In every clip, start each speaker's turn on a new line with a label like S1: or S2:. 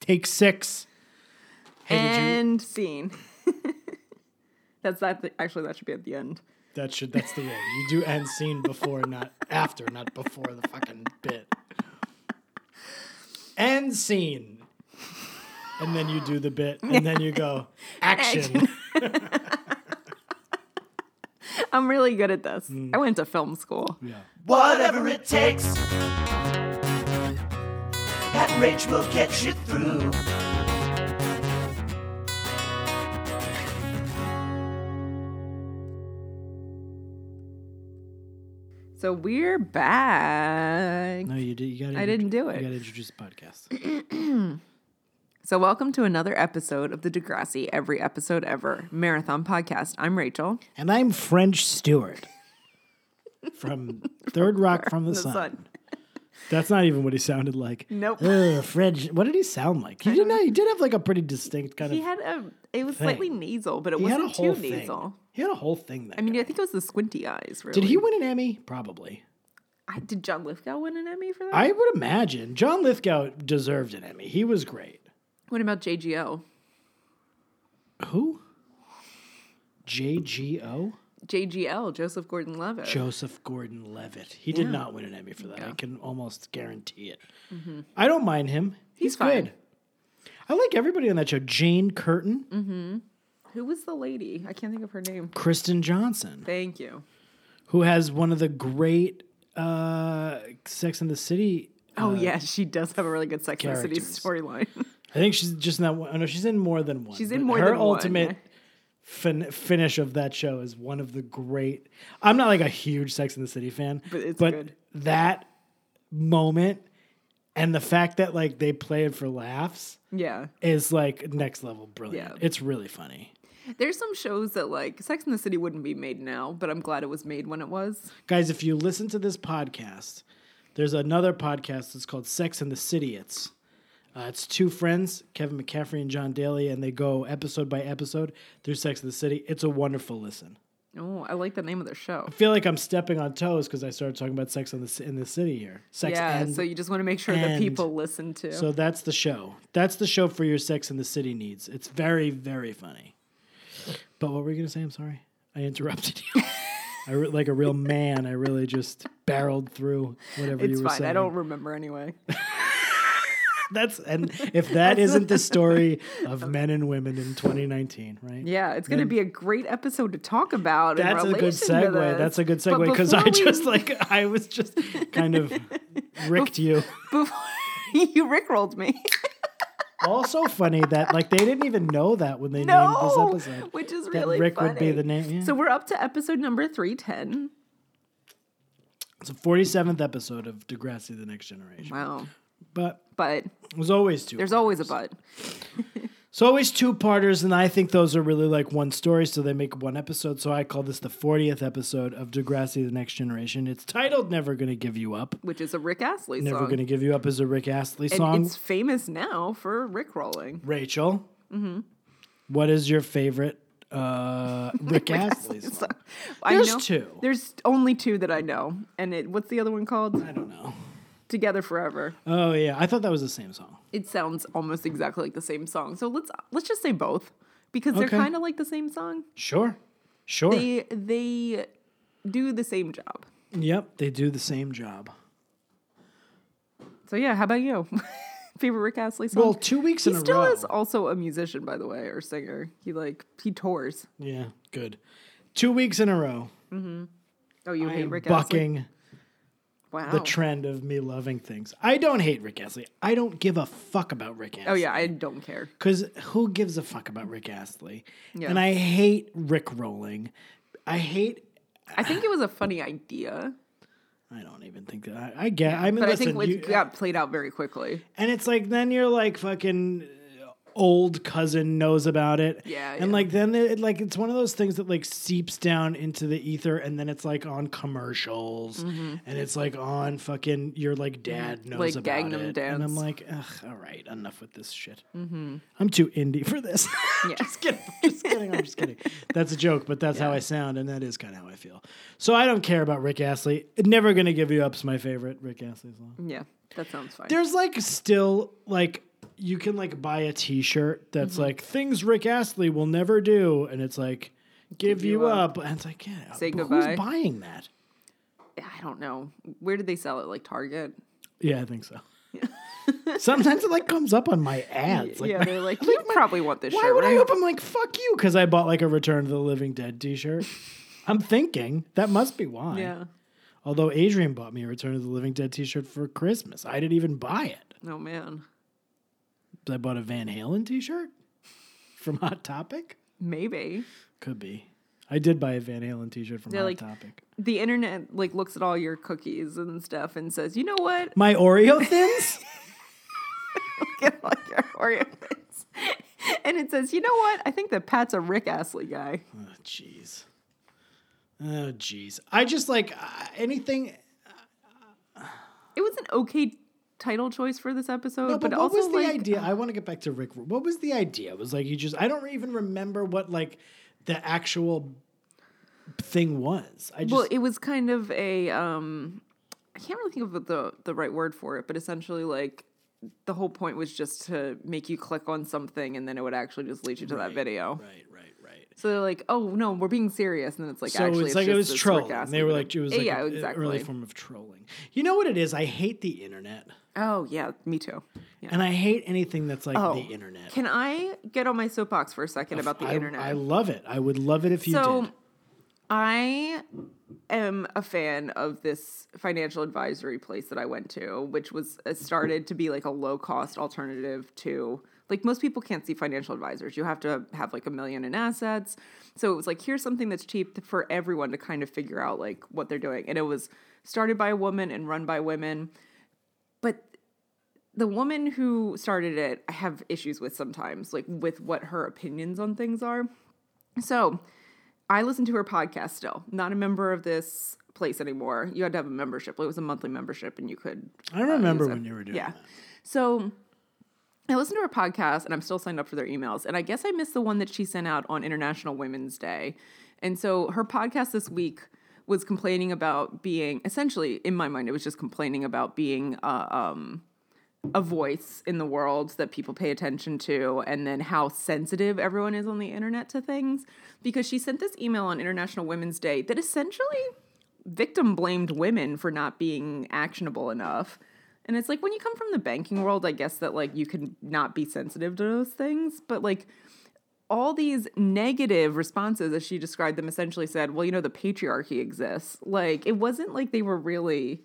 S1: Take six. Hey, did you?
S2: and scene. That's that. actually, that should be at the end.
S1: That should. That's the end. You do end scene before, not after, not before the fucking bit. End scene. And then you do the bit, and then you go action.
S2: I'm really good at this.
S1: Mm.
S2: I went to film school.
S1: yeah.
S3: Whatever it takes. That rage will get you through.
S2: So we're back.
S1: No, you did. You got.
S2: I didn't do it.
S1: You got to introduce the podcast.
S2: So welcome to another episode of the Degrassi Every Episode Ever Marathon Podcast. I'm Rachel.
S1: And I'm French Stewart from Third Rock from the,
S2: The
S1: sun.
S2: sun.
S1: That's not even what he sounded like.
S2: Nope.
S1: Ugh, French. What did he sound like? He didn't. He did have like a pretty distinct kind
S2: He
S1: of.
S2: had a. It was slightly nasal, but it
S1: he had a
S2: wasn't too
S1: whole thing.
S2: nasal.
S1: He had a whole thing. That
S2: I mean, I think it was the squinty eyes. Really.
S1: did he win an Emmy? Probably.
S2: I, did John Lithgow win an Emmy for that?
S1: I would imagine John Lithgow deserved an Emmy. He was great.
S2: what about JGO?
S1: Who? JGO
S2: JGL Joseph Gordon-Levitt.
S1: Joseph Gordon-Levitt. He did not win an Emmy for that. I can almost guarantee it. I don't mind him. He's,
S2: Mm-hmm. He's fine.
S1: good. I like everybody on that show. Jane Curtin,
S2: Mm-hmm. Who was the lady? I can't think of her name.
S1: Kristen Johnson.
S2: Thank you.
S1: who has one of the great uh, Sex in the City.
S2: Oh yeah, she does have a really good Sex and the City
S1: characters.
S2: storyline.
S1: I think she's just in that one. oh, No, she's in more than one.
S2: She's in
S1: but
S2: more
S1: her
S2: than one,
S1: ultimate
S2: yeah.
S1: fin- finish of that show is one of the great. I'm not like a huge Sex in the City fan,
S2: But it's good.
S1: that moment and the fact that like they play it for laughs
S2: yeah,
S1: is like next level brilliant.
S2: Yeah.
S1: It's really funny.
S2: there's some shows that like Sex and the City wouldn't be made now, but I'm glad it was made when it was.
S1: Guys, if you listen to this podcast, there's another podcast that's called Sex and the City. It's uh, it's two friends, Kevin McCaffrey and John Daly, and they go episode by episode through Sex and the City. It's a wonderful listen.
S2: Oh, I like the name of their show.
S1: I feel like I'm stepping on toes because I started talking about Sex in the Ci- in the City here. Sex
S2: yeah,
S1: and
S2: so you just want to make sure that
S1: and-
S2: people listen to.
S1: so that's the show. That's the show for your Sex in the City needs. It's very very funny. But what were you gonna say? I'm sorry, I interrupted you. I re- like a real man. I really just barreled through whatever
S2: it's
S1: you were
S2: fine.
S1: saying.
S2: I don't remember anyway.
S1: That's and if that isn't the story of men and women in 2019, right?
S2: Yeah, it's going to be a great episode to talk about. in
S1: That's a good
S2: relation to
S1: segue.
S2: this.
S1: That's a good
S2: But
S1: segue because I
S2: before we-
S1: just like I was just kind of ricked you.
S2: before you rickrolled me.
S1: Also funny that like they didn't even know that when they
S2: no,
S1: named this episode.
S2: which is
S1: that
S2: really
S1: Rick would be
S2: funny.
S1: the name. Yeah.
S2: So we're up to episode number three ten.
S1: it's a 47th episode of Degrassi: The Next Generation.
S2: Wow,
S1: But
S2: but
S1: it was always two.
S2: there's always a but.
S1: It's always two parters, and I think those are really like one story, so they make one episode. So I call this the 40th episode of Degrassi The Next Generation. It's titled Never Gonna Give You Up.
S2: which is a Rick Astley
S1: Never
S2: song.
S1: Gonna Give You Up is a Rick Astley
S2: and
S1: song.
S2: it's famous now for Rick rolling.
S1: Rachel,
S2: Mm-hmm.
S1: what is your favorite uh, Rick Astley song?
S2: I
S1: There's
S2: know,
S1: two.
S2: There's only two that I know. And it, what's the other one called?
S1: I don't know.
S2: Together Forever.
S1: Oh, yeah. I thought that was the same song.
S2: It sounds almost exactly like the same song. So let's let's just say both because they're
S1: Okay.
S2: kind of like the same song.
S1: Sure. Sure.
S2: They they do the same job.
S1: yep. They do the same job.
S2: So yeah, how about you? Favorite Rick Astley song?
S1: Well, two weeks
S2: he
S1: in a
S2: still
S1: row.
S2: is also a musician, by the way, or singer. He like he tours.
S1: yeah. Good. Two weeks in a row.
S2: Oh, you hate Rick Astley?
S1: bucking.
S2: Wow.
S1: the
S2: Oh.
S1: trend of me loving things. I don't hate Rick Astley. I don't give a fuck about Rick Astley.
S2: oh yeah, I don't care.
S1: Because who gives a fuck about Rick Astley?
S2: Yeah.
S1: And I hate Rick rolling. I hate.
S2: I think it was a funny idea.
S1: I don't even think that. I, I get. I mean,
S2: But
S1: listen,
S2: I think
S1: you-
S2: it got played out very quickly.
S1: and it's like then you're like fucking old cousin knows about it.
S2: Yeah,
S1: And
S2: yeah.
S1: like then it like it's one of those things that like seeps down into the ether and then it's like on commercials and it's like on fucking your like dad knows
S2: Mm-hmm. Like
S1: about
S2: Gangnam
S1: it. And I'm
S2: Dance. Mm-hmm.
S1: like, ugh, all right, enough with this shit. I'm too indie for this.
S2: Yeah.
S1: just kidding. Just kidding. I'm just kidding. That's a joke, but that's how I sound, and that is kind of how I feel. So I don't care about Rick Astley. Never gonna give you up's my favorite Rick Astley song
S2: Yeah, that sounds fine.
S1: there's like still like you can like buy a T-shirt that's
S2: Mm-hmm.
S1: like things Rick Astley will never do, and it's like give, you
S2: you
S1: up. and it's like yeah,
S2: Say
S1: but
S2: goodbye.
S1: Who's buying that?
S2: I don't know. Where did they sell it? Like Target?
S1: Yeah, I think so. Sometimes it like comes up on my ads. Like,
S2: yeah,
S1: my-
S2: they're like, you probably want this
S1: why
S2: shirt.
S1: would I
S2: right?"
S1: open like fuck you? Because I bought like a Return to the Living Dead T-shirt. I'm thinking that must be why.
S2: Yeah.
S1: Although Adrian bought me a Return of the Living Dead T-shirt for Christmas, I didn't even buy it.
S2: Oh man.
S1: I bought a Van Halen T-shirt from Hot Topic.
S2: Maybe
S1: Could be. I did buy a Van Halen T-shirt from
S2: They're
S1: Hot
S2: like-
S1: Topic.
S2: the internet like looks at all your cookies and stuff and says, you know what?
S1: My Oreo thins.
S2: Get all your Oreo bits. And it says, you know what? I think that Pat's a Rick Astley guy.
S1: oh, jeez. Oh, jeez. I just like uh, anything.
S2: It was an okay title choice for this episode,
S1: No, but,
S2: but,
S1: what
S2: also
S1: was the
S2: like uh
S1: idea? I want to get back to Rick. What was the idea? It was like you just. I don't even remember what like the actual thing was. I just.
S2: well, it was kind of a um I can't really think of the the right word for it, but essentially like the whole point was just to make you click on something and then it would actually just lead you to that video.
S1: right, right, right.
S2: So they're like, "Oh no, we're being serious," and then it's like,
S1: So
S2: "Actually,
S1: it's like it
S2: just
S1: was
S2: this Rick
S1: trolling. They
S2: Astley
S1: were
S2: video.
S1: like, it was like
S2: yeah,
S1: a- a
S2: exactly.
S1: early form of trolling. You know what it is? I hate the internet,
S2: Oh yeah, me too. Yeah.
S1: and I hate anything that's like
S2: Oh,
S1: the internet.
S2: Can I get on my soapbox for a second about the
S1: I,
S2: internet?
S1: I love it. I would love it if you
S2: so
S1: did.
S2: I am a fan of this financial advisory place that I went to, which was uh, started to be like a low cost alternative to like most people can't see financial advisors. You have to have like a million in assets. So it was like here's something that's cheap for everyone to kind of figure out like what they're doing. And it was started by a woman and run by women. But the woman who started it, I have issues with sometimes, like with what her opinions on things are. So I listen to her podcast still. Not a member of this place anymore. You had to have a membership. It was a monthly membership, and you could. uh,
S1: I remember
S2: use it.
S1: when you were doing
S2: yeah.
S1: that.
S2: So I listened to her podcast, and I'm still signed up for their emails. And I guess I missed the one that she sent out on International Women's Day. And so her podcast this week was complaining about being essentially, in my mind, it was just complaining about being uh, um, a voice in the world that people pay attention to and then how sensitive everyone is on the internet to things because she sent this email on international women's day that essentially victim blamed women for not being actionable enough and it's like when you come from the banking world i guess that like you can not be sensitive to those things but like all these negative responses as she described them essentially said well you know the patriarchy exists like it wasn't like they were really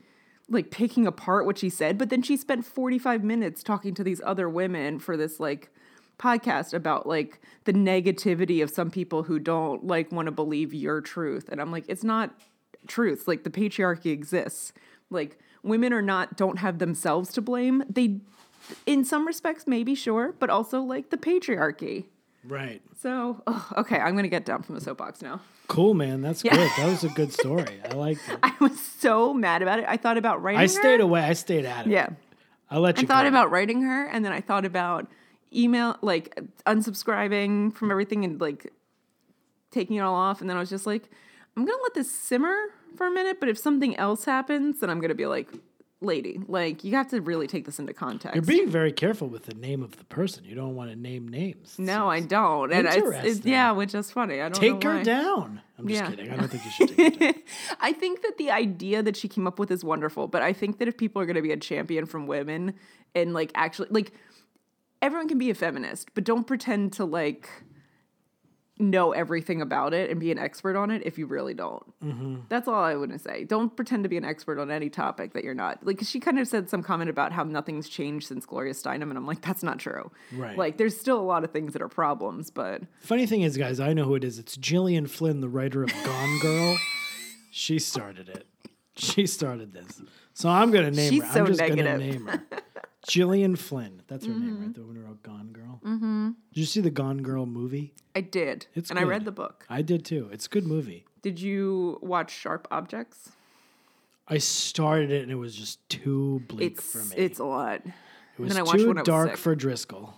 S2: like picking apart what she said but then she spent 45 minutes talking to these other women for this like podcast about like the negativity of some people who don't like want to believe your truth and i'm like it's not truth like the patriarchy exists like women are not don't have themselves to blame they in some respects maybe sure but also like the patriarchy
S1: Right.
S2: so, ugh, okay, I'm going to get down from the soapbox now.
S1: Cool, man. That's
S2: Yeah.
S1: good. That was a good story. I liked it.
S2: I was so mad about it. I thought about writing
S1: I
S2: her.
S1: stayed away. I stayed at it.
S2: Yeah.
S1: I let
S2: I
S1: you.
S2: thought
S1: go.
S2: about writing her, and then I thought about email, like unsubscribing from everything and like taking it all off. And then I was just like, I'm going to let this simmer for a minute, but if something else happens, then I'm going to be like, lady, like, you have to really take this into context.
S1: You're being very careful with the name of the person. You don't want to name names.
S2: no, I don't. And it's, it's,
S1: Interesting.
S2: yeah, which is funny. I don't know
S1: Take her
S2: why.
S1: down. I'm just
S2: Yeah.
S1: kidding. I don't think you should take her down.
S2: I think that the idea that she came up with is wonderful, but I think that if people are going to be a champion from women and like actually like everyone can be a feminist, but don't pretend to like know everything about it and be an expert on it if you really don't.
S1: Mm-hmm.
S2: That's all I want to say. Don't pretend to be an expert on any topic that you're not. Like 'cause she kind of said some comment about how nothing's changed since Gloria Steinem, and I'm like, that's not true.
S1: Right.
S2: Like, there's still a lot of things that are problems, but
S1: Funny thing is, guys, I know who it is. It's Gillian Flynn, the writer of Gone Girl. she started it. She started this. So I'm gonna name
S2: She's
S1: her.
S2: so
S1: I'm just gonna
S2: negative.
S1: name
S2: Mm-hmm.
S1: her. Gillian Flynn. That's her name, right? The one who wrote Gone Girl. Mm-hmm. Did you see the Gone Girl movie?
S2: I did,
S1: It's
S2: and I
S1: good.
S2: read the book.
S1: I did too. It's a good movie.
S2: Did you watch Sharp Objects?
S1: I started it and it was just too bleak for
S2: It's
S1: me.
S2: it's a lot.
S1: it was
S2: then I watched
S1: too
S2: when I was
S1: dark
S2: sick.
S1: for Driscoll.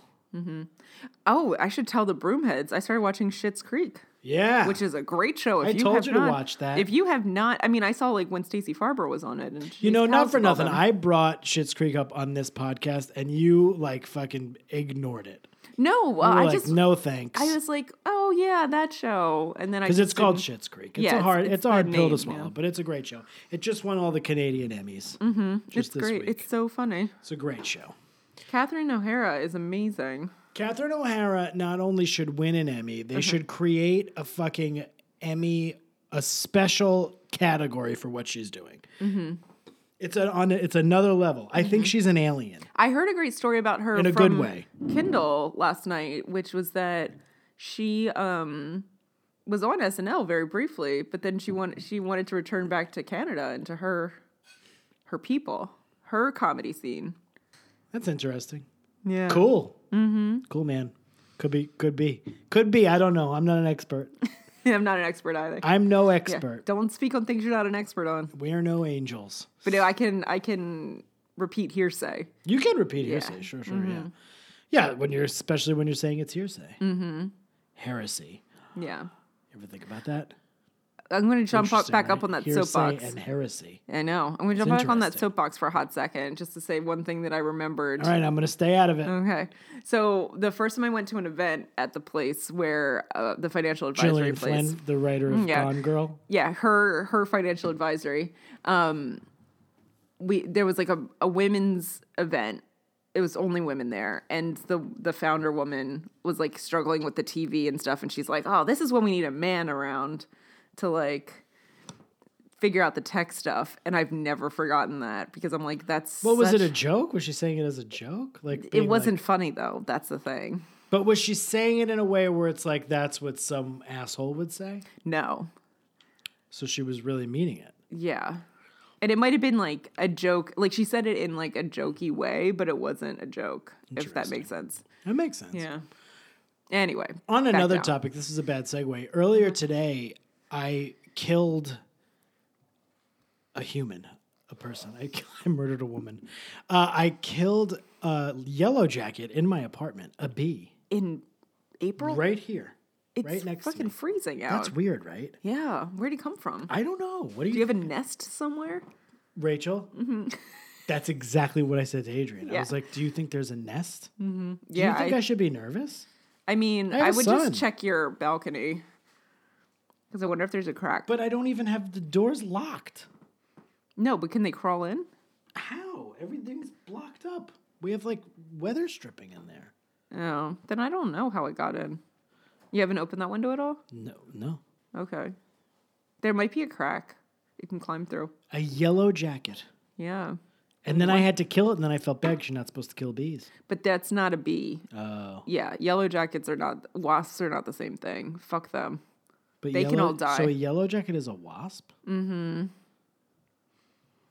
S2: Oh, I should tell the Broomheads. I started watching Shit's Creek.
S1: Yeah.
S2: which is a great show. If
S1: Ah. I
S2: you
S1: told
S2: have
S1: you to
S2: not-
S1: watch that.
S2: If you have not, I mean, I saw like when Stacey Farber was on it, and
S1: you
S2: she's
S1: know, not
S2: housed
S1: for
S2: about
S1: nothing.
S2: them.
S1: I brought Shit's Creek up on this podcast, and you like fucking ignored it.
S2: no, well,
S1: You were
S2: I
S1: like,
S2: just
S1: no thanks,
S2: I was like, oh yeah, that show, and then I
S1: because
S2: just
S1: it's called
S2: didn't-
S1: Shit's Creek. It's
S2: Yeah,
S1: a
S2: it's-
S1: hard, it's,
S2: it's
S1: a hard
S2: the
S1: pill to
S2: name,
S1: swallow,
S2: yeah.
S1: but it's a great show. It just won all the Canadian Emmys. Mm-hmm. Just
S2: It's
S1: this
S2: great.
S1: week.
S2: It's so funny.
S1: it's a great show.
S2: Catherine O'Hara is amazing.
S1: Catherine O'Hara not only should win an Emmy,
S2: Mm-hmm.
S1: they should create a fucking Emmy, a special category for what she's doing.
S2: Mm-hmm.
S1: It's a, on a- it's another level. I think she's an alien.
S2: I heard a great story about her
S1: In a
S2: from
S1: good way.
S2: Kindle last night, which was that she um, was on SNL very briefly, but then she wanted she wanted to return back to Canada and to her her people, her comedy scene.
S1: That's interesting.
S2: Yeah,
S1: Cool. Mm-hmm. Cool man. Could be. Could be. Could be. I don't know. I'm not an expert.
S2: I'm not an expert either.
S1: I'm no
S2: Yeah.
S1: expert.
S2: Don't speak on things you're not an expert on.
S1: We're no angels.
S2: But no, I can I can repeat hearsay.
S1: You can repeat hearsay. Sure. Sure.
S2: Mm-hmm.
S1: Yeah. Yeah. When you're especially when you're saying it's hearsay. Mm-hmm. Heresy.
S2: Yeah.
S1: You ever think about that?
S2: I'm going to jump up,
S1: Interesting,
S2: back up
S1: right?
S2: on that
S1: Hearsay
S2: soapbox.
S1: and heresy.
S2: I know. I'm going to jump back on that
S1: interesting.
S2: soapbox for a hot second just to say one thing that I remembered.
S1: All right, I'm gonna stay out of it.
S2: Okay. So the first time I went to an event at the place where uh, the financial advisory
S1: Gillian
S2: place. Mm,
S1: Flynn, the writer of
S2: yeah.
S1: Gone Girl.
S2: yeah her her financial advisory um we there was like a, a women's event it was only women there and the the founder woman was like struggling with the tv and stuff and she's like oh this is when we need a man around to like figure out the tech stuff and i've never forgotten that because i'm like that's
S1: What was it? A
S2: such-
S1: joke? Was she saying it as a joke? Like being
S2: it
S1: like-
S2: wasn't funny though that's the thing
S1: but was she saying it in a way where it's like that's what some asshole would say?
S2: no
S1: So she was really meaning it.
S2: Yeah. And it might have been like a joke. Like she said it in like a jokey way, but it wasn't a joke, if that makes sense.
S1: That makes sense.
S2: Yeah. Anyway.
S1: On
S2: back
S1: another
S2: down. Mm-hmm.
S1: topic, this is a bad segue. Earlier today, I killed a human, a person. I, kill- I murdered a woman. Uh, I killed a yellow jacket in my apartment, a bee,
S2: In April?
S1: right here,
S2: it's
S1: right next to
S2: fucking
S1: me.
S2: freezing out.
S1: That's weird, right?
S2: yeah. Where'd he come from?
S1: I don't know. What do you,
S2: Do you have a nest somewhere?
S1: Rachel? That's exactly what I said to Adrian. I
S2: Mm-hmm. Yeah.
S1: was like, "Do you think there's a nest? Do
S2: Yeah.
S1: you think I,
S2: I,
S1: should be nervous?"
S2: I mean,
S1: have
S2: I,
S1: a
S2: would
S1: son.
S2: just check your balcony. Because I wonder if there's a crack.
S1: But I don't even have the doors locked.
S2: no, but can they crawl in?
S1: How? Everything's blocked up. We have like weather stripping in there.
S2: Oh, then I don't know how it got in. You haven't opened that window at all?
S1: No, no.
S2: Okay. There might be a crack you can climb through.
S1: A yellow jacket.
S2: Yeah.
S1: And then I had to kill it, and then I felt bad. 'cause You're not supposed to kill bees.
S2: But that's not a bee.
S1: Oh,
S2: Yeah. Yellow jackets are not, wasps are not the same thing. Fuck them.
S1: but
S2: They
S1: yellow,
S2: can all die.
S1: So a yellow jacket is a wasp. Mm-hmm.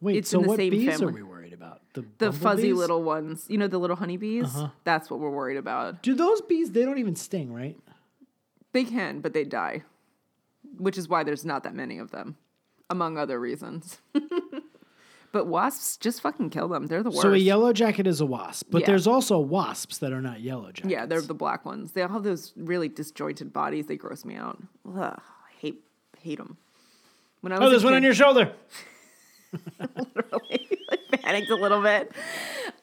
S1: Wait.
S2: It's
S1: so
S2: in the
S1: what
S2: same
S1: bees are
S2: family.
S1: we worried about? The
S2: The fuzzy
S1: bumblebees? Uh-huh.
S2: little ones, you know, the little honeybees? That's what we're worried about.
S1: Do those bees? They don't even sting, right?
S2: They can, but they die, which is why there's not that many of them, among other reasons. but wasps just fucking kill them. They're the worst.
S1: So a yellow jacket is a wasp, but
S2: Yeah.
S1: there's also wasps that are not yellow jackets.
S2: yeah, they're the black ones. They all have those really disjointed bodies. They gross me out. Ugh, I hate, hate them. When I was
S1: Oh,
S2: a
S1: there's one
S2: kid-
S1: on your shoulder.
S2: I panicked a little bit.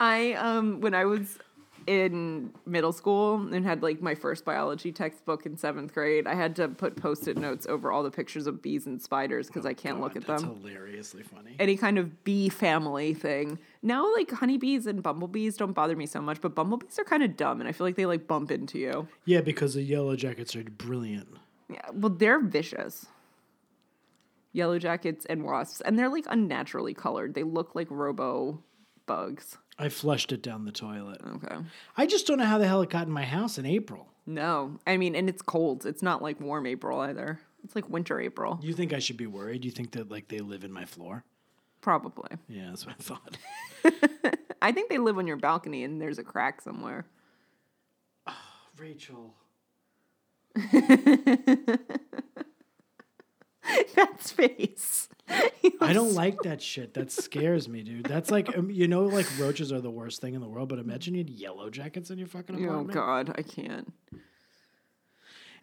S2: I um when I was in middle school and had like my first biology textbook in seventh grade, I had to put post-it notes over all the pictures of bees and spiders because I can't look at
S1: Oh, That's
S2: them.
S1: hilariously funny.
S2: Any kind of bee family thing. Now like honeybees and bumblebees don't bother me so much, but bumblebees are kind of dumb and I feel like they like bump into you.
S1: Yeah, because the yellow jackets are brilliant.
S2: Yeah, well, they're vicious. Yellow jackets and wasps, and they're like unnaturally colored. They look like robo bugs.
S1: I flushed it down the toilet.
S2: Okay.
S1: I just don't know how the hell it got in my house in April.
S2: No, I mean, and it's cold. It's not like warm April either. It's like winter April,
S1: You think I should be worried? You think that like they live in my floor?
S2: probably.
S1: Yeah, that's what I thought.
S2: I think they live on your balcony and there's a crack somewhere.
S1: Rachel.
S2: That's face.
S1: I don't like that shit. That scares me, dude. That's like um, you know, like roaches are the worst thing in the world. But imagine you had yellow jackets in your fucking
S2: Oh
S1: apartment.
S2: God, I can't.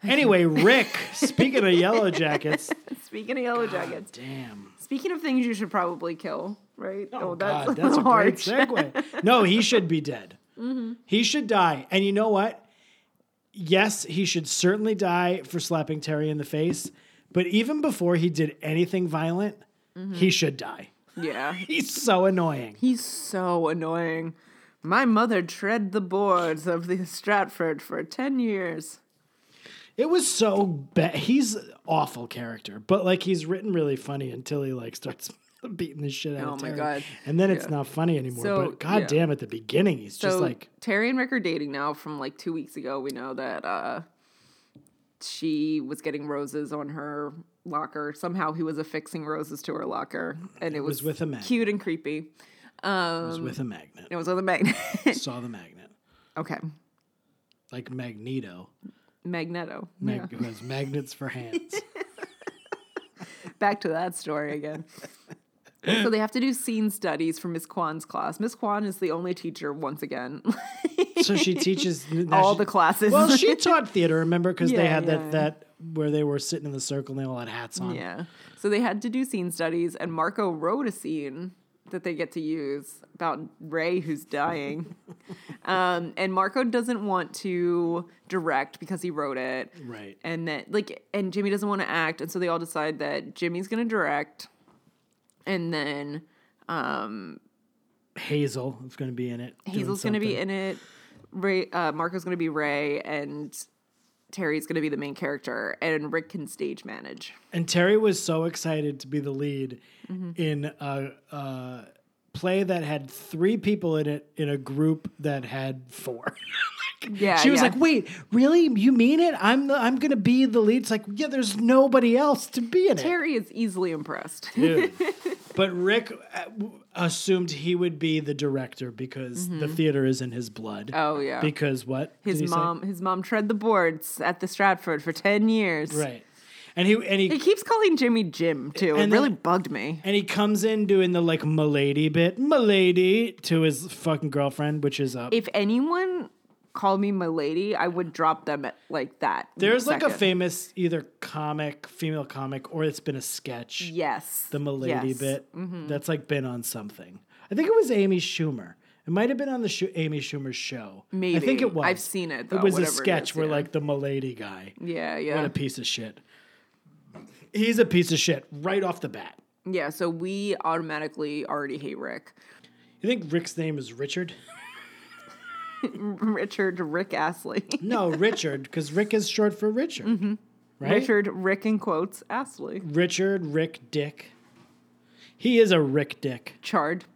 S1: Anyway, Rick, speaking of Yellow Jackets,
S2: Speaking of Yellow Jackets,
S1: damn.
S2: speaking of things you should probably kill, right?
S1: Oh, God, that's a great segue. No, he should be dead.
S2: Mm-hmm.
S1: He should die. And you know what? Yes, he should certainly die for slapping Terry in the face. But even before he did anything violent,
S2: Mm-hmm.
S1: he should die.
S2: yeah.
S1: He's so annoying.
S2: He's so annoying. My mother tread the boards of the Stratford for 10 years.
S1: It was so bad. He's an awful character, but like he's written really funny until he like starts beating the shit out
S2: Oh
S1: of
S2: my
S1: Terry.
S2: God.
S1: And then it's
S2: Yeah.
S1: not funny anymore.
S2: So,
S1: but god
S2: yeah.
S1: damn at the beginning he's
S2: So
S1: just like
S2: Terry and Rick are dating now from like two weeks ago. We know that uh, she was getting roses on her locker. Somehow he was affixing roses to her locker. And it, was,
S1: was with a magnet.
S2: cute and creepy.
S1: I was with a magnet.
S2: It was with a magnet.
S1: Saw the magnet.
S2: okay.
S1: Like Magneto.
S2: Magneto.
S1: Mag- who has magnets for hands.
S2: back to that story again. so they have to do scene studies for Miss Kwan's class. Miss Kwan is the only teacher once again.
S1: so she teaches now
S2: All
S1: she-
S2: the classes.
S1: Well, she taught theater, remember? Because they
S2: Yeah,
S1: had
S2: yeah.
S1: that that where they were sitting in the circle and they all had hats on.
S2: yeah. So they had to do scene studies and Marco wrote a scene that they get to use about Ray who's dying. um, and Marco doesn't want to direct because he wrote it.
S1: Right.
S2: and that like and Jimmy doesn't want to act, and so they all decide that Jimmy's gonna direct, and then
S1: Hazel is gonna be in it. doing
S2: Hazel's gonna be
S1: something.
S2: in it. Ray, uh, Marco's gonna be Ray, and Terry's gonna be the main character, and Rick can stage manage.
S1: And Terry was so excited to be the lead
S2: Mm-hmm.
S1: in a, a play that had three people in it in a group that had four.
S2: Yeah,
S1: she was
S2: yeah.
S1: like, "Wait, really? You mean it? I'm the, I'm gonna be the lead." It's like, yeah, there's nobody else to be in it.
S2: Terry is easily impressed.
S1: Dude. but Rick uh, w- assumed he would be the director because the theater is in his blood.
S2: Mm-hmm. Oh yeah,
S1: Because what did he
S2: his
S1: say?
S2: mom, his mom tread the boards at the Stratford for ten years.
S1: right? And he and he
S2: He keeps calling Jimmy Jim too.
S1: And
S2: it really
S1: then-
S2: bugged me.
S1: And he comes in doing the like milady bit, milady to his fucking girlfriend, which is up.
S2: If anyone called me my lady, I would drop them at like that.
S1: There's like a
S2: second.
S1: famous either comic, female comic, or it's been a sketch,
S2: Yes.
S1: the milady
S2: Yes. Mm-hmm.
S1: bit that's like been on something. I think it was Amy Schumer. It might have been on the Schu- Amy Schumer show. I think
S2: Maybe.
S1: it was.
S2: I've seen it, though,
S1: it was a
S2: whatever it
S1: sketch
S2: is,
S1: where
S2: yeah.
S1: like the milady guy,
S2: Yeah,
S1: what
S2: yeah.
S1: a piece of shit. He's a piece of shit right off the bat.
S2: Yeah, so we automatically already hate Rick.
S1: You think Rick's name is Richard?
S2: Richard Rick Astley.
S1: No, Richard, because Rick is short for Richard, right?
S2: Mm-hmm. Richard Rick in quotes Astley.
S1: Richard Rick Dick. He is a Rick Dick.
S2: Chard.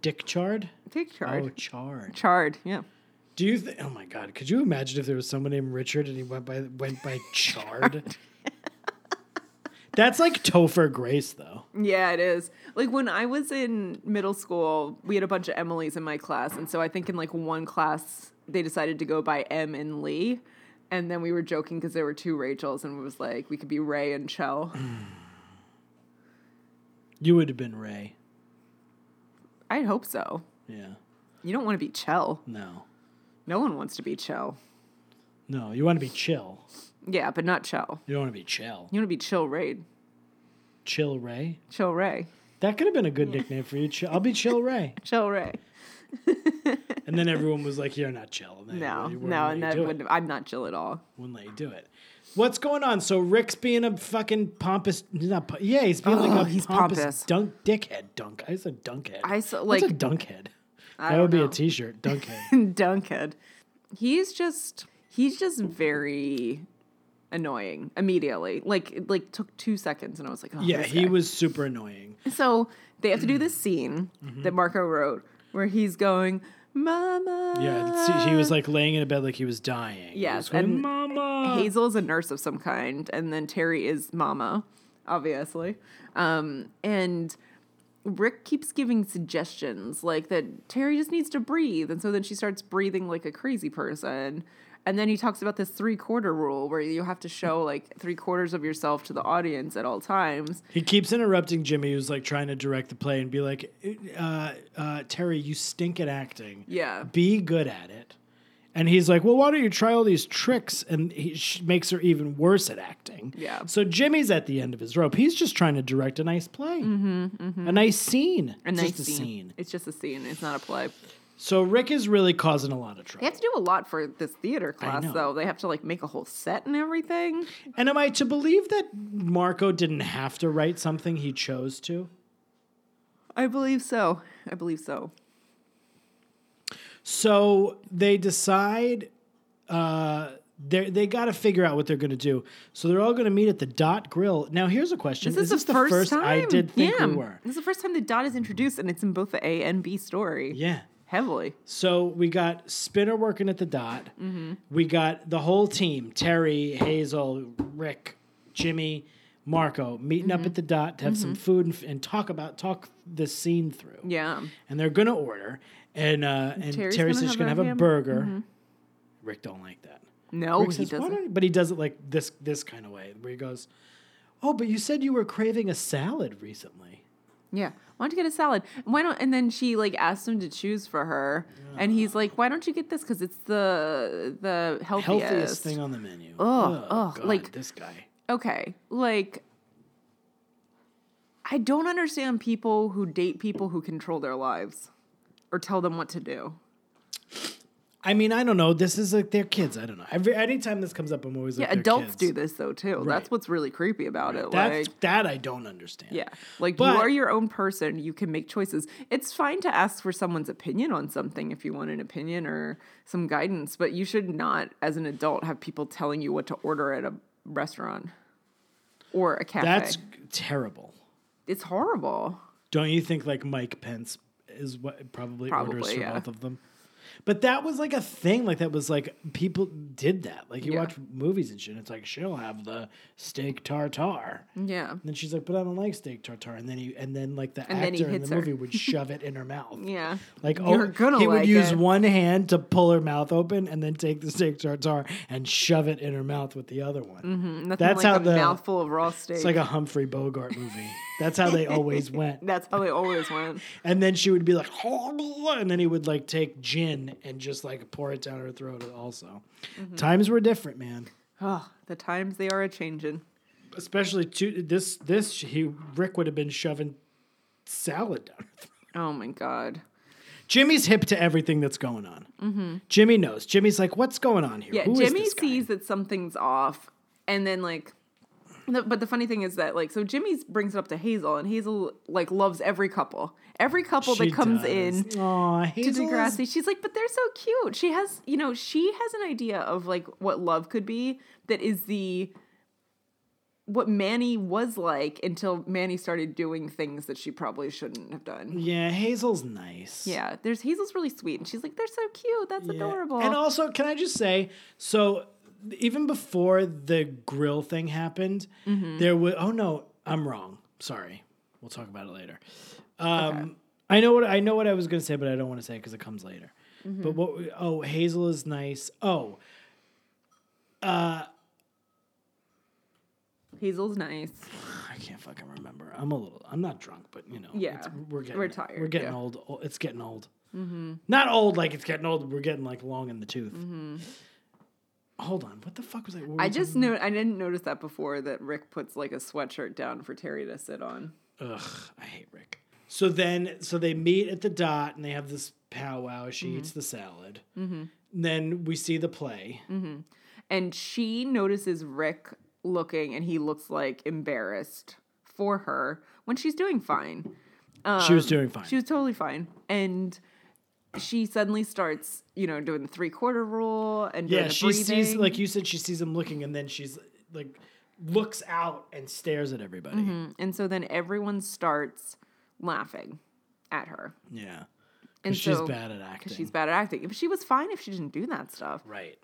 S1: Dick Chard?
S2: Take Chard.
S1: Oh, Chard.
S2: Chard, yeah.
S1: Do you think? Oh my God! Could you imagine if there was someone named Richard and he went by went by Chard? That's like Topher Grace, though.
S2: Yeah, it is. Like when I was in middle school, we had a bunch of Emily's in my class. And so I think in like one class, they decided to go by M and Lee. And then we were joking because there were two Rachels and it was like, we could be Ray and Chell.
S1: You would have been Ray.
S2: I hope so.
S1: Yeah.
S2: You don't want to be Chell.
S1: No.
S2: No one wants to be Chell.
S1: No. You want to be chill.
S2: Yeah, but not Chell.
S1: You don't want to be chill.
S2: You want to be Chill Raid.
S1: Chill Ray.
S2: Chill Ray.
S1: That could have been a
S2: Mm.
S1: good nickname for you. Chill. I'll be Chill Ray.
S2: Chill Ray.
S1: And then everyone was like, "You're not chill." And they
S2: No,
S1: wouldn't
S2: no,
S1: let you
S2: and
S1: do
S2: that
S1: it.
S2: wouldn't. I'm not chill at all.
S1: wouldn't let you do it. What's going on? So Rick's being a fucking pompous. Not po- yeah, he's being
S2: Oh,
S1: like a
S2: he's
S1: pompous,
S2: pompous.
S1: dunk dickhead. Dunk. I said dunkhead.
S2: I saw,
S1: What's a
S2: like-
S1: dunkhead. that
S2: I
S1: would
S2: don't
S1: be a
S2: know.
S1: T-shirt. Dunkhead.
S2: Dunkhead. He's just he's just very annoying immediately. Like it like took two seconds, and I was like, oh,
S1: yeah,
S2: this
S1: he
S2: guy.
S1: was super annoying.
S2: So they have to do this scene
S1: Mm-hmm.
S2: that Marco wrote where he's going, Mama.
S1: Yeah, see, he was like laying in a bed like he was dying. He
S2: Yes,
S1: was going,
S2: and
S1: Mama.
S2: Hazel's a nurse of some kind, and then Terry is Mama, obviously. Um, and Rick keeps giving suggestions like that Terry just needs to breathe. And so then she starts breathing like a crazy person. And then he talks about this three quarter rule where you have to show like three quarters of yourself to the audience at all times.
S1: He keeps interrupting Jimmy, who's like trying to direct the play and be like, uh, uh, "Terry, you stink at acting.
S2: Yeah.
S1: be good at it." And he's like, "Well, why don't you try all these tricks?" And he sh- makes her even worse at acting.
S2: Yeah.
S1: So Jimmy's at the end of his rope. He's just trying to direct a nice play, a nice scene,
S2: And
S1: It's
S2: Mm-hmm, nice
S1: just a scene.
S2: It's just a scene. It's not a play.
S1: So Rick is really causing a lot of trouble.
S2: They have to do a lot for this theater class,
S1: know.
S2: though. They have to like make a whole set and everything.
S1: And am I to believe that Marco didn't have to write something he chose to?
S2: I believe so. I believe so.
S1: So they decide uh, they they got to figure out what they're going to do. So they're all going to meet at the Dot Grill. Now here's a question:
S2: This is, the, first, time.
S1: I did think
S2: yeah.
S1: we were.
S2: This is the first time the dot is introduced, and it's in both the A and B story.
S1: Yeah.
S2: Heavily.
S1: So we got Spinner working at the Dot.
S2: Mm-hmm.
S1: We got the whole team: Terry, Hazel, Rick, Jimmy, Marco meeting
S2: Mm-hmm.
S1: up at the Dot to have some food and, f- and talk about talk this scene through.
S2: Yeah.
S1: and they're gonna order. And uh, and
S2: Terry's
S1: Terry
S2: gonna
S1: says she's
S2: have
S1: gonna
S2: a
S1: have a
S2: ham- Mm-hmm.
S1: burger. Rick don't like that.
S2: No,
S1: Rick
S2: Oh, he
S1: says, "Why
S2: doesn't.
S1: don't you-" but he does it like this this kind of way, where he goes, "Oh, but you said you were craving a salad recently."
S2: Yeah. Why don't you get a salad? Why don't? And then she like asked him to choose for her, and he's like, "Why don't you get this? Because it's the the healthiest."
S1: Healthiest thing on the menu. Oh,
S2: Ugh, ugh,
S1: God,
S2: like-
S1: this guy.
S2: Okay, like I don't understand people who date people who control their lives or tell them what to do.
S1: I mean, I don't know. This is like their kids. I don't know. Every anytime this comes up, I'm always like,
S2: Yeah,
S1: "They're
S2: adults
S1: kids."
S2: do this though too.
S1: Right.
S2: That's what's really creepy about it.
S1: That's
S2: Like,
S1: that I don't understand.
S2: yeah, like
S1: But-
S2: you are your own person. You can make choices. It's fine to ask for someone's opinion on something if you want an opinion or some guidance, but you should not, as an adult, have people telling you what to order at a restaurant or a cafe.
S1: that's terrible.
S2: it's horrible.
S1: Don't you think like Mike Pence is what probably, orders
S2: Probably,
S1: for
S2: yeah.
S1: both of them? But that was like a thing. Like that was like people did that. Like you
S2: Yeah.
S1: watch movies and shit. And it's like she'll have the steak tartare. And
S2: Yeah,
S1: then she's like, "But I don't like steak tartare." And then he, and then like the
S2: And then he
S1: actor in the
S2: hits her.
S1: movie would shove it in her mouth.
S2: yeah.
S1: Like
S2: You're
S1: oh,
S2: gonna
S1: he would
S2: like
S1: use
S2: it.
S1: one hand to pull her mouth open, and then take the steak tartare and shove it in her mouth with the other one.
S2: Nothing
S1: That's
S2: like
S1: how
S2: a
S1: the-
S2: mouthful of raw steak.
S1: It's like a Humphrey Bogart movie. That's how they always went.
S2: That's how they always went.
S1: And then she would be like, and then he would like take gin and just like pour it down her throat. Also,
S2: Mm-hmm.
S1: times were different, man.
S2: Oh, the times they are a changing.
S1: Especially to this, this he Rick would have been shoving salad down her throat.
S2: Oh my god.
S1: Jimmy's hip to everything that's going on. Jimmy knows. Jimmy's like, what's going on here?
S2: Mm-hmm. Yeah,
S1: Who is
S2: Jimmy
S1: this guy?"
S2: sees that something's off, and then like, the, but the funny thing is that like, so Jimmy brings it up to Hazel, and Hazel like loves every couple, every couple
S1: She
S2: that comes
S1: does.
S2: in.
S1: Aw,
S2: To
S1: Hazel is-
S2: Degrassi, she's like, but they're so cute. She has, you know, she has an idea of like what love could be that is the what Manny was like until Manny started doing things that she probably shouldn't have done.
S1: Yeah, Hazel's nice.
S2: Yeah, there's Hazel's really sweet, and she's like, "They're so cute. That's
S1: Yeah.
S2: adorable."
S1: And also, can I just say, so even before the grill thing happened,
S2: Mm-hmm.
S1: there was. Oh no, I'm wrong. Sorry, we'll talk about it later. Um, I know what I know what I was going to say, but I don't want to say because it comes later.
S2: Mm-hmm.
S1: But what? Oh, Hazel is nice. Oh,
S2: Hazel's nice.
S1: I can't fucking remember. I'm a little. I'm not drunk, but you know.
S2: Yeah,
S1: it's- we're getting
S2: we're tired,
S1: We're getting
S2: yeah. Mm-hmm.
S1: old. O- It's getting old. Not old like it's getting old. We're getting like long in the tooth. Hold on. What the fuck was I? what were we
S2: Mm-hmm. I
S1: talking
S2: just know I didn't notice that before that Rick puts like a sweatshirt down for Terry to sit on.
S1: Ugh, I hate Rick. So then, so they meet at the dot and they have this powwow. She
S2: Mm-hmm.
S1: eats the salad. Then we see the play.
S2: And she notices Rick looking, and he looks like embarrassed for her when she's doing fine.
S1: she was doing fine.
S2: Um, She was totally fine, and she suddenly starts, you know, doing the three quarter rule and doing
S1: yeah,
S2: the
S1: she
S2: breathing.
S1: sees, like you said, she sees him looking and then she's like, looks out and stares at everybody.
S2: Mm, and so then everyone starts laughing at her.
S1: Yeah. 'Cause
S2: And
S1: she's
S2: so-
S1: bad at acting.
S2: because she's bad at acting. If she was fine if she didn't do that stuff.
S1: Right.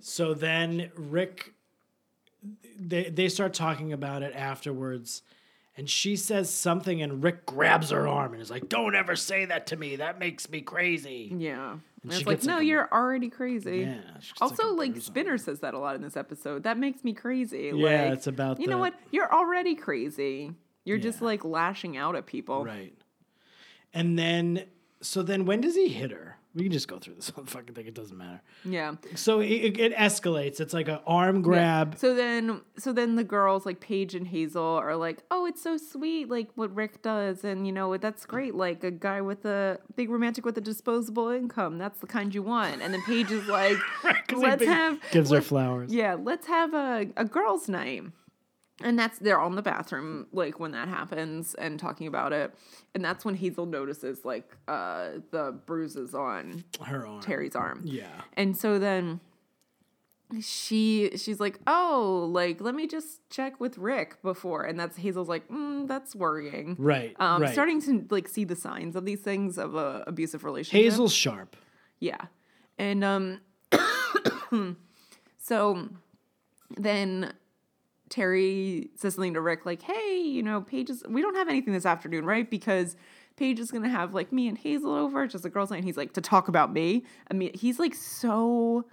S1: so then Rick they they start talking about it afterwards and she says something and Rick grabs her arm and is like, "Don't ever say that to me. That makes me crazy."
S2: Yeah. And
S1: she
S2: it's like,
S1: gets, like,
S2: no,
S1: a-
S2: you're already crazy.
S1: Yeah. she gets,
S2: Mm-hmm.
S1: a
S2: Also, like,
S1: bruise on
S2: Spinner says that a lot in this episode. That makes me crazy.
S1: Yeah,
S2: like,
S1: it's about
S2: You know
S1: the-
S2: what? You're already crazy. You're just
S1: Yeah.
S2: like lashing out at people.
S1: her. Right. And then so then when does he hit her? We can just go through this whole fucking thing. It doesn't matter.
S2: Yeah.
S1: So it, it escalates. It's like an arm grab.
S2: So then, so then the girls like Paige and Hazel are like, "Oh, it's so sweet, like what Rick does, and you know that's great, like a guy with a big romantic with a disposable income. That's the kind you want." And then Paige is like,
S1: 'Cause he
S2: "Let's
S1: big-
S2: have
S1: Gives her flowers.
S2: yeah, let's have a a girls' night." And that's they're on the bathroom like when that happens and talking about it, and that's when Hazel notices like uh the bruises on
S1: Her arm.
S2: Terry's arm.
S1: Yeah.
S2: And so then she she's like, "Oh, like let me just check with Rick before." And that's Hazel's like, mm, "That's worrying."
S1: Right.
S2: Um,
S1: right.
S2: starting to like see the signs of these things of a abusive relationship.
S1: Hazel Sharp.
S2: Yeah. And um so then Terry says something to Rick like, "Hey, you know, Paige is we don't have anything this afternoon, right? Because Paige is gonna have like me and Hazel over, just a girls' night." And he's like, "To talk about me." I mean, he's like so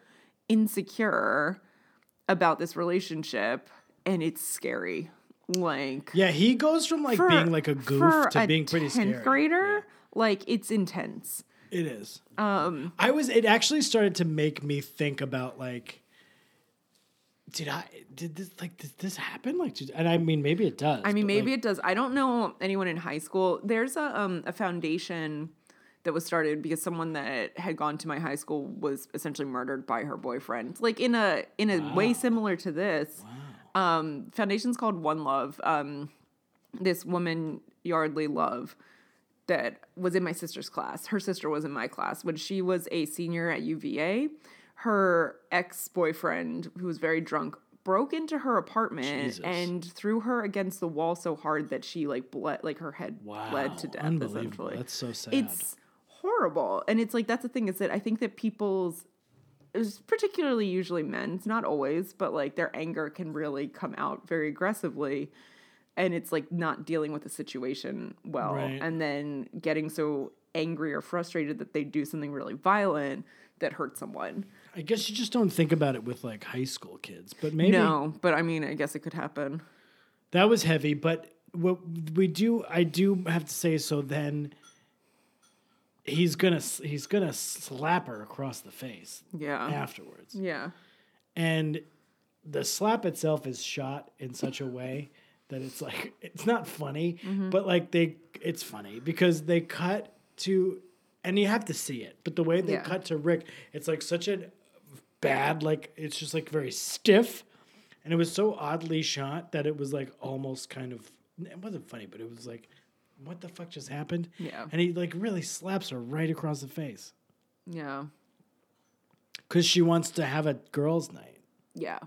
S2: insecure about this relationship, and it's scary. Like,
S1: Yeah, he goes from like
S2: for-
S1: being like a
S2: for
S1: goof to
S2: a
S1: being pretty
S2: 10th
S1: scary.
S2: grader, like it's intense.
S1: It is. Um, I was. It actually started to make me think about like, did I did this like did this happen like? Did, and I mean, maybe it does.
S2: I mean,
S1: but,
S2: maybe
S1: like,
S2: it does. I don't know anyone in high school. There's a um, a foundation that was started because someone that had gone to my high school was essentially murdered by her boyfriend, like in a in a way similar to this. Um, foundation's called One Love. Um, this woman Yardley Love that was in my sister's class. Her sister was in my class when she was a senior at UVA. Her ex boyfriend, who was very drunk, broke into her apartment
S1: Jesus.
S2: and threw her against the wall so hard that she like bled, like her head
S1: wow,
S2: bled to death.
S1: Unbelievable.
S2: Essentially,
S1: That's so sad.
S2: it's horrible, and it's like that's the thing is that I think that people's it's particularly usually men's, not always, but like their anger can really come out very aggressively. And it's like not dealing with the situation well.
S1: Right.
S2: And then getting so angry or frustrated that they do something really violent that hurts someone.
S1: I guess you just don't think about it with like high school kids, but maybe
S2: No, but I mean, I guess it could happen.
S1: that was heavy. But what we do, I do have to say. So then. He's gonna s- he's gonna slap her across the face
S2: Yeah.
S1: afterwards.
S2: Yeah.
S1: and the slap itself is shot in such a way that it's like it's not funny
S2: Mm-hmm.
S1: but like they it's funny because they cut to and you have to see it but the way they
S2: Yeah.
S1: cut to rick it's like such a bad like it's just like very stiff and it was so oddly shot that it was like almost kind of it wasn't funny but it was like what the fuck just happened
S2: Yeah.
S1: and he like really slaps her right across the face
S2: Yeah.
S1: because she wants to have a girls night
S2: Yeah.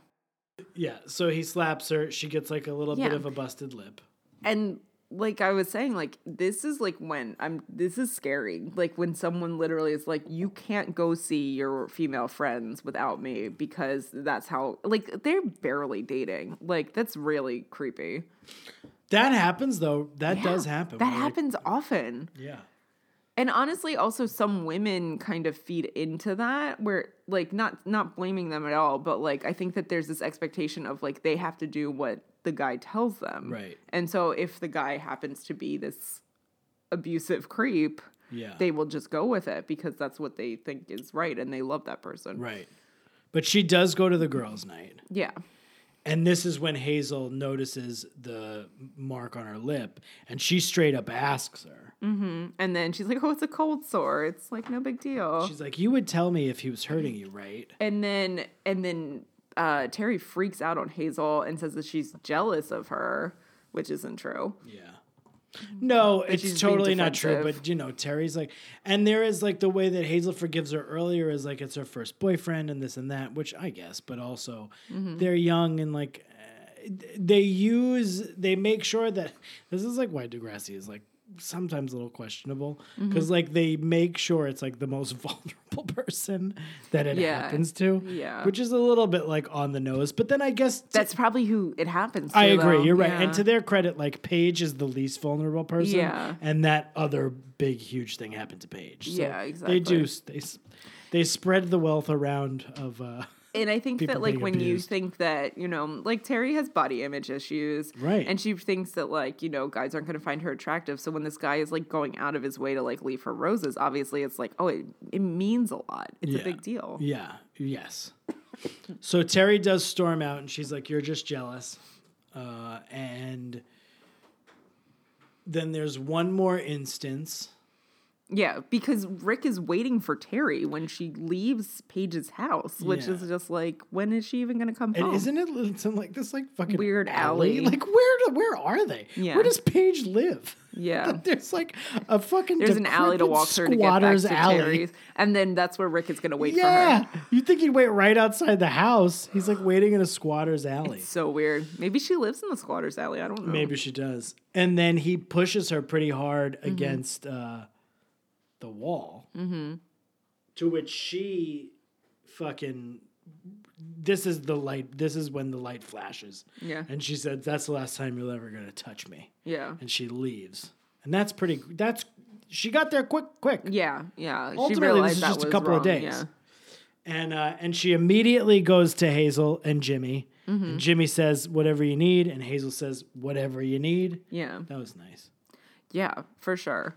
S1: Yeah, so he slaps her. She gets like a little bit
S2: Yeah.
S1: of a busted lip.
S2: and like I was saying, like this is like when I'm this is scary. Like when someone literally is like, you can't go see your female friends without me because that's how like they're barely dating. Like that's really creepy.
S1: That happens though. That does
S2: Yeah,
S1: happen.
S2: That
S1: We're like-
S2: happens often.
S1: Yeah.
S2: And honestly, also some women kind of feed into that where like not not blaming them at all, but like I think that there's this expectation of like they have to do what the guy tells them.
S1: Right.
S2: And so if the guy happens to be this abusive creep,
S1: Yeah.
S2: they will just go with it because that's what they think is right and they love that person.
S1: right. But she does go to the girls' night,
S2: Yeah.
S1: and this is when Hazel notices the mark on her lip, and she straight up asks her.
S2: Mm-hmm. And then she's like, "Oh, it's a cold sore. It's like no big deal."
S1: She's like, "You would tell me if he was hurting you, right?"
S2: and then and then uh, Terry freaks out on Hazel and says that she's jealous of her, which isn't true.
S1: Yeah. No,
S2: she's
S1: it's
S2: being
S1: totally not true.
S2: defensive.
S1: But you know, Terry's like, and there is like the way that Hazel forgives her earlier is like it's her first boyfriend and this and that, which I guess, but also
S2: Mm-hmm.
S1: they're young and like uh, they use they make sure that this is like why Degrassi is like sometimes a little questionable
S2: Mm-hmm.
S1: because like they make sure it's like the most vulnerable person that it
S2: Yeah.
S1: happens to,
S2: Yeah.
S1: which is a little bit like on the nose. But then I guess to-
S2: That's probably who it happens to.
S1: I agree.
S2: though.
S1: You're right.
S2: Yeah.
S1: And to their credit, like Paige is the least vulnerable person.
S2: Yeah.
S1: And that other big, huge thing happened to Paige. So
S2: Yeah,
S1: They
S2: exactly.
S1: do. s- They, s- they spread the wealth around of uh,
S2: and I think
S1: People
S2: that like
S1: being
S2: when
S1: abused.
S2: you think that you know, like Terry has body image issues,
S1: Right.
S2: And she thinks that like you know guys aren't going to find her attractive. So when this guy is like going out of his way to like leave her roses, obviously it's like oh it, it means a lot. It's
S1: Yeah.
S2: a big deal.
S1: Yeah. Yes. so Terry does storm out, and she's like, "You're just jealous." Uh, and then there's one more instance.
S2: Yeah, because Rick is waiting for Terry when she leaves Paige's house, which
S1: Yeah.
S2: is just like when is she even going to come
S1: And
S2: home?
S1: isn't it it's in, like this like fucking
S2: Oh. Weird alley.
S1: Like where do, where are they?
S2: Yeah.
S1: Where does Paige live?
S2: Yeah.
S1: There's like a fucking
S2: There's an alley to
S1: decrepit
S2: walk her to get back
S1: squatter's
S2: to
S1: alley.
S2: Terry's, and then that's where Rick is going to wait for
S1: Yeah.
S2: her.
S1: You'd think he'd wait right outside the house. He's like waiting in a squatter's alley.
S2: So weird. Maybe she lives in the squatters alley. I don't know.
S1: Maybe she does. And then he pushes her pretty hard
S2: Mm-hmm.
S1: against uh, the wall. Mm-hmm. To which she fucking. This is the light. This is when the light flashes.
S2: Yeah.
S1: And she said, That's the last time you're ever going to touch me.
S2: Yeah.
S1: And she leaves. And that's pretty. That's. She got there quick, quick.
S2: Yeah, yeah. she
S1: Ultimately, this
S2: realized
S1: is
S2: that
S1: just a
S2: was
S1: couple of
S2: wrong,
S1: days.
S2: Yeah.
S1: And uh, and she immediately goes to Hazel and Jimmy.
S2: Mm-hmm.
S1: And Jimmy says, "Whatever you need," and Hazel says, "Whatever you need."
S2: yeah,
S1: That was nice.
S2: yeah, for sure.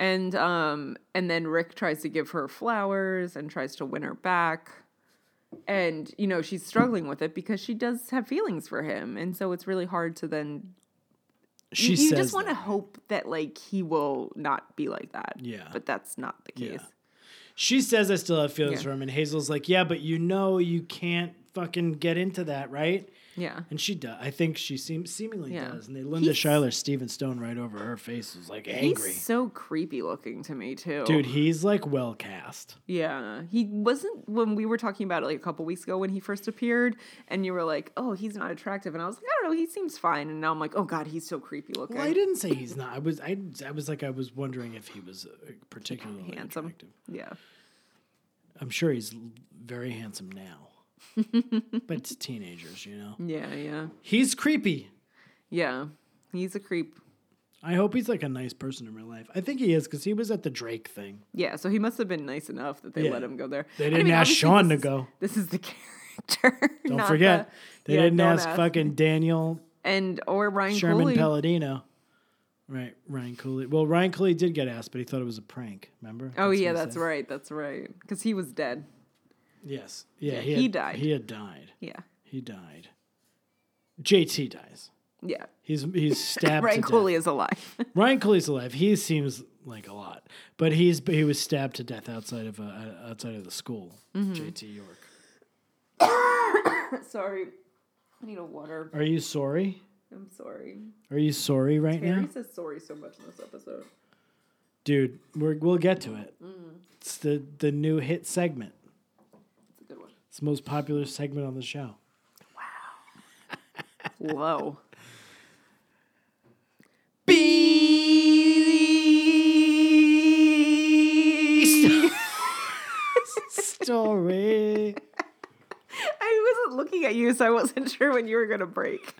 S2: And um, and then Rick tries to give her flowers and tries to win her back, and you know she's struggling with it because she does have feelings for him, and so it's really hard to then.
S1: She
S2: you, you
S1: says
S2: just want to
S1: that.
S2: hope that like he will not be like that.
S1: Yeah.
S2: but that's not the
S1: Yeah.
S2: case.
S1: She says, "I still have feelings
S2: Yeah.
S1: for him," and Hazel's like, "Yeah, but you know, you can't fucking get into that, right?"
S2: Yeah,
S1: And she does. I think she seem- seemingly
S2: Yeah.
S1: does. And they Linda
S2: He's-
S1: Schuyler, Steven Stone, right over her face was like angry.
S2: he's so creepy looking to me too,
S1: Dude, he's like well cast.
S2: Yeah, he wasn't when we were talking about it like a couple weeks ago when he first appeared, and you were like, "Oh, he's not attractive," and I was like, "I don't know, he seems fine," and now I'm like, "Oh God, he's so creepy looking."
S1: Well, I didn't say he's not. I was, I, I was like, I was wondering if he was uh, particularly
S2: Handsome.
S1: attractive.
S2: Yeah,
S1: I'm sure he's l- very handsome now, but it's teenagers, you know.
S2: yeah, yeah,
S1: He's creepy.
S2: yeah. He's a creep.
S1: I hope he's like a nice person in real life. I think he is because he was at the Drake thing.
S2: Yeah, so he must have been nice enough that they
S1: Yeah.
S2: let him go there.
S1: They
S2: And
S1: didn't ask
S2: obviously
S1: Sean
S2: this
S1: to
S2: is-
S1: go.
S2: This is the character.
S1: Don't forget, they didn't ask, fucking Daniel
S2: and or Ryan
S1: Sherman
S2: Cooley.
S1: Palladino. Right, Ryan Cooley. Well, Ryan Cooley did get asked, but he thought it was a prank. Remember?
S2: oh
S1: what
S2: yeah,
S1: he
S2: that's
S1: said.
S2: right, that's right, because he was dead.
S1: Yes, yeah,
S2: Yeah,
S1: he,
S2: he
S1: had-
S2: died.
S1: He had died.
S2: Yeah,
S1: He died. JT dies.
S2: yeah.
S1: He's he's stabbed.
S2: Ryan
S1: to
S2: Cooley is alive.
S1: Death. Ryan Cooley's alive. He seems like a lot, but he's he was stabbed to death outside of uh, outside of the school. JT York.
S2: sorry, I need a water.
S1: Are you sorry?
S2: I'm sorry.
S1: Are you sorry right now?
S2: Harry says sorry so much in this episode.
S1: Dude, we're, we'll get to it. It's the, the new hit segment.
S2: It's a good one.
S1: It's the most popular segment on the show.
S2: Low.
S1: Story.
S2: I wasn't looking at you, so I wasn't sure when you were gonna break.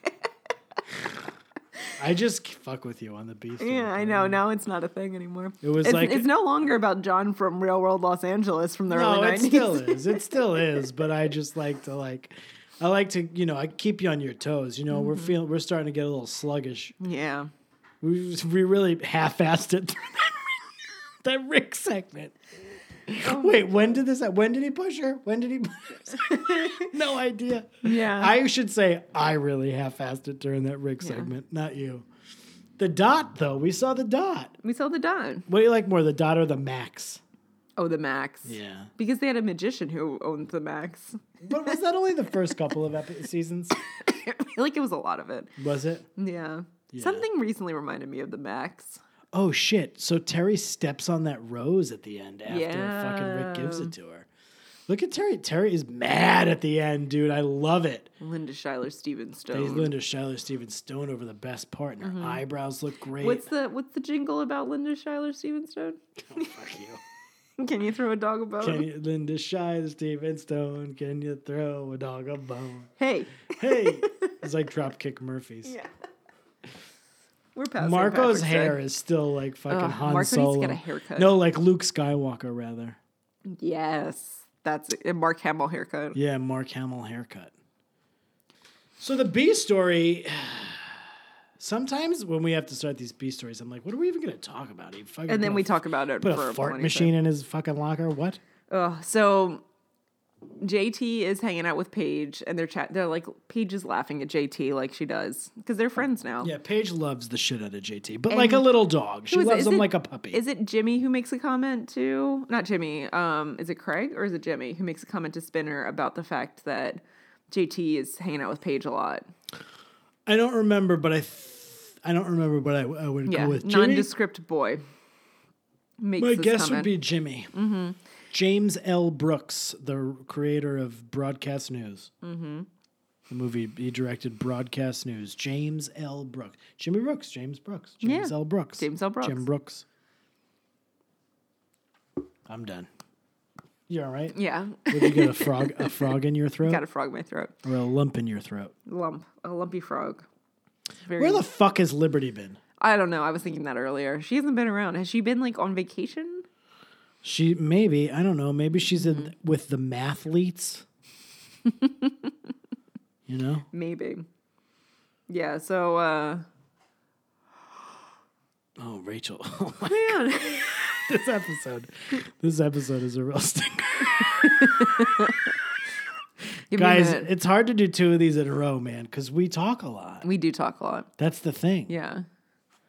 S1: I just fuck with you on the beast.
S2: yeah, I know. Now it's not a thing anymore.
S1: It was
S2: it's,
S1: like-
S2: it's no longer about John from Real World Los Angeles from the
S1: No,
S2: early
S1: it
S2: nineties.
S1: still is. It still is. But I just like to like, I like to you know I keep you on your toes. You know we're
S2: Mm-hmm.
S1: feeling we're starting to get a little sluggish.
S2: yeah.
S1: We we really half-assed it. through that Rick- that Rick segment.
S2: Oh
S1: Wait, when did this? When did he push her? When did he? Push her? no idea.
S2: Yeah.
S1: I should say I really half-assed it during that Rick segment, not you. The dot though, we saw the dot.
S2: we saw the Don.
S1: What do you like more, the dot or the max?
S2: Oh, the Max.
S1: Yeah.
S2: Because they had a magician who owned the Max.
S1: But was that only the first couple of epi- seasons?
S2: I feel like it was a lot of it.
S1: Was it?
S2: Yeah. Something recently reminded me of the Max.
S1: Oh shit! So Terry steps on that rose at the end after fucking Rick gives
S2: Yeah.
S1: it to her. Look at Terry. Terry is mad at the end, dude. I love it.
S2: Linda Schuyler Steven Stone.
S1: They Linda Schuyler, Steven Stone over the best partner. Eyebrows look great.
S2: Mm-hmm. What's the what's the jingle about Linda Schuyler Stevenstone?
S1: Oh, fuck you.
S2: Can you throw a dog a bone?
S1: Can you, Linda Schuyler, Steven Stone, can you throw a dog a bone?
S2: Hey,
S1: Hey, it's like Dropkick Murphys.
S2: Yeah. we're past
S1: Marco's hair is still like fucking
S2: Ugh,
S1: Han
S2: Marco needs to
S1: Solo.
S2: get a haircut.
S1: No, like Luke Skywalker rather.
S2: Yes, That's a Mark Hamill haircut.
S1: Yeah, Mark Hamill haircut. So the B story. Sometimes when we have to start these B stories, I'm like, what are we even going to talk about? He fucking
S2: And then
S1: put
S2: we
S1: a-
S2: talk about it
S1: put
S2: for
S1: a fart
S2: plenty of
S1: machine in his fucking locker. What?
S2: Ugh, so JT is hanging out with Paige and they're chat they're like Paige is laughing at JT like she does because they're friends now.
S1: Yeah, Paige loves the shit out of JT, but like a little dog. She
S2: Who is it?
S1: loves
S2: Is
S1: him
S2: it-
S1: like a puppy.
S2: Is it Jimmy who makes a comment to not Jimmy? Um, is it Craig or is it Jimmy who makes a comment to Spinner about the fact that JT is hanging out with Paige a lot?
S1: I don't remember, but I, th- I don't remember, but I, I would
S2: Yeah,
S1: go with Jimmy.
S2: nondescript boy. Makes
S1: My
S2: this Mm-hmm.
S1: guess
S2: comment.
S1: would be Jimmy. James L. Brooks, the creator of Broadcast News. Mm-hmm. The movie he directed, Broadcast News. James L. Brooks, Jimmy Brooks, James Brooks, James
S2: Yeah.
S1: L. Brooks,
S2: James L. Brooks.
S1: Jim Brooks. I'm done. You all right?
S2: yeah.
S1: Did you get a frog, a frog in your throat,
S2: Got a frog in my throat.
S1: or a lump in your throat?
S2: Lump. A lumpy frog. Very
S1: Where the fuck has Liberty been?
S2: I don't know. I was thinking that earlier. She hasn't been around. Has she been like on vacation?
S1: She maybe I don't know. Maybe she's
S2: Mm-hmm.
S1: in with the mathletes. you know,
S2: Maybe. Yeah, so uh
S1: Oh, Rachel. Oh my,
S2: man.
S1: this episode. This episode is a real stinker.
S2: Give me a
S1: Guys,
S2: minute.
S1: it's hard to do two of these in a row, man, because we talk a lot.
S2: we do talk a lot.
S1: That's the thing.
S2: Yeah.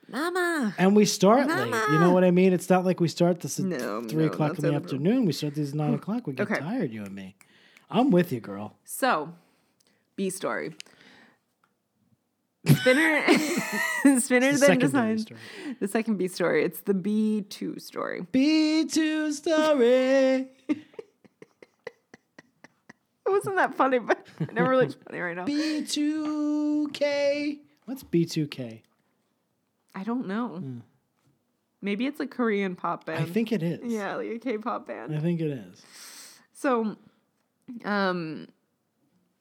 S2: Mama.
S1: And we start late. You know what I mean? It's not like we start this at
S2: No,
S1: three
S2: no,
S1: o'clock
S2: that's
S1: in the
S2: over.
S1: afternoon. We start these at nine o'clock. We get
S2: Hmm. Okay.
S1: tired, you and me. I'm with you, girl.
S2: So, B story. Spinner Spinner
S1: The
S2: then
S1: secondary
S2: decides
S1: story.
S2: the second B story. It's the B two story.
S1: B2 story.
S2: It wasn't that funny, but never really funny right now.
S1: B2K. What's B2K?
S2: I don't know. Maybe it's a Korean pop band.
S1: Hmm. I think it is.
S2: Um, yeah, like a K-pop band.
S1: I think it is.
S2: So, um,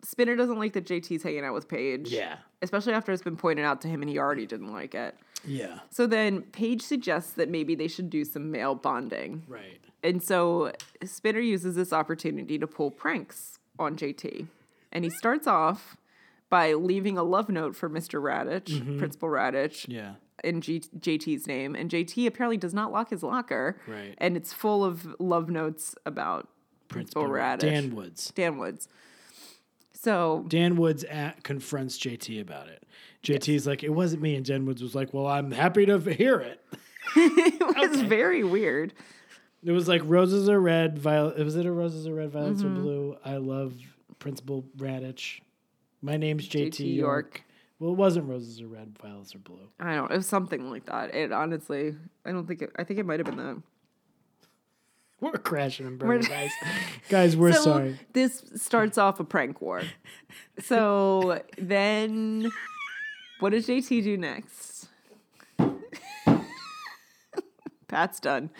S2: Spinner doesn't like that JT's hanging out with Paige.
S1: Yeah.
S2: Especially after it's been pointed out to him and he already didn't like it.
S1: Yeah.
S2: So then Paige suggests that maybe they should do some male bonding.
S1: Right.
S2: And so Spinner uses this opportunity to pull pranks on JT. And he starts off by leaving a love note for Mr. Radich,
S1: Mm-hmm.
S2: Principal Radich,
S1: Yeah.
S2: in G- JT's name, and JT apparently does not lock his locker.
S1: Right.
S2: And it's full of love notes about Principal, Radish,
S1: Dan Woods.
S2: Dan Woods. So
S1: Dan Woods at, confronts JT about it. JT's like, it wasn't me. And Dan Woods was like, well, I'm happy to hear it.
S2: it was very weird.
S1: It was like, roses are red, violet. Was it a roses are red, violets
S2: Mm-hmm.
S1: are blue? I love Principal Radich. My name's JT,
S2: JT
S1: York.
S2: York.
S1: Well, it wasn't roses are red, violets are blue.
S2: I don't. It was something like that. It honestly, I don't think. It, I think it might have been that.
S1: We're crashing and burning, guys. guys, we're
S2: so
S1: sorry.
S2: this starts off a prank war. So then, what does JT do next? Pat's done.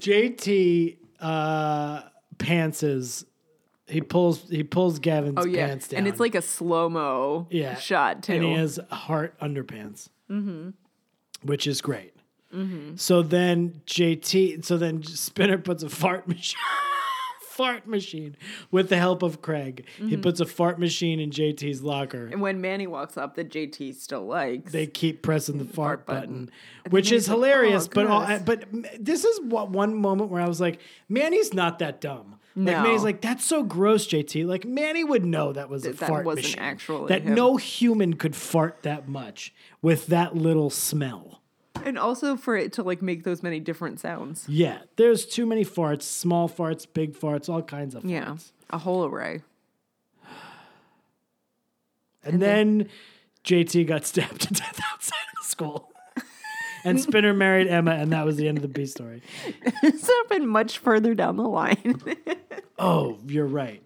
S1: JT uh, pantses. He pulls he pulls Gavin's
S2: Oh yeah,
S1: pants down.
S2: and it's like a slow mo
S1: yeah.
S2: shot too.
S1: And he has heart underpants, which is great. So then JT, so then Spinner puts a fart machine, fart machine, with the help of Craig. He puts a fart machine in JT's locker.
S2: And when Manny walks up, that JT still likes.
S1: They keep pressing the fart, button,
S2: button.
S1: which is
S2: he's like, "Oh,
S1: hilarious. but all,
S2: gross."
S1: but m- this is what one moment where I was like, Manny's not that dumb. Like
S2: No.
S1: Manny's like, that's so gross, JT. Like Manny would know that was a
S2: That- that
S1: fart
S2: wasn't
S1: machine.
S2: actually
S1: that
S2: him.
S1: no human could fart that much with that little smell.
S2: and also for it to like make those many different sounds.
S1: Yeah, there's too many farts, small farts, big farts, all kinds of farts.
S2: Yeah, a whole array.
S1: And, then, JT got stabbed to death outside of school. and Spinner married Emma, and that was the end of the B story.
S2: It's not been much further down the line.
S1: Oh, you're right.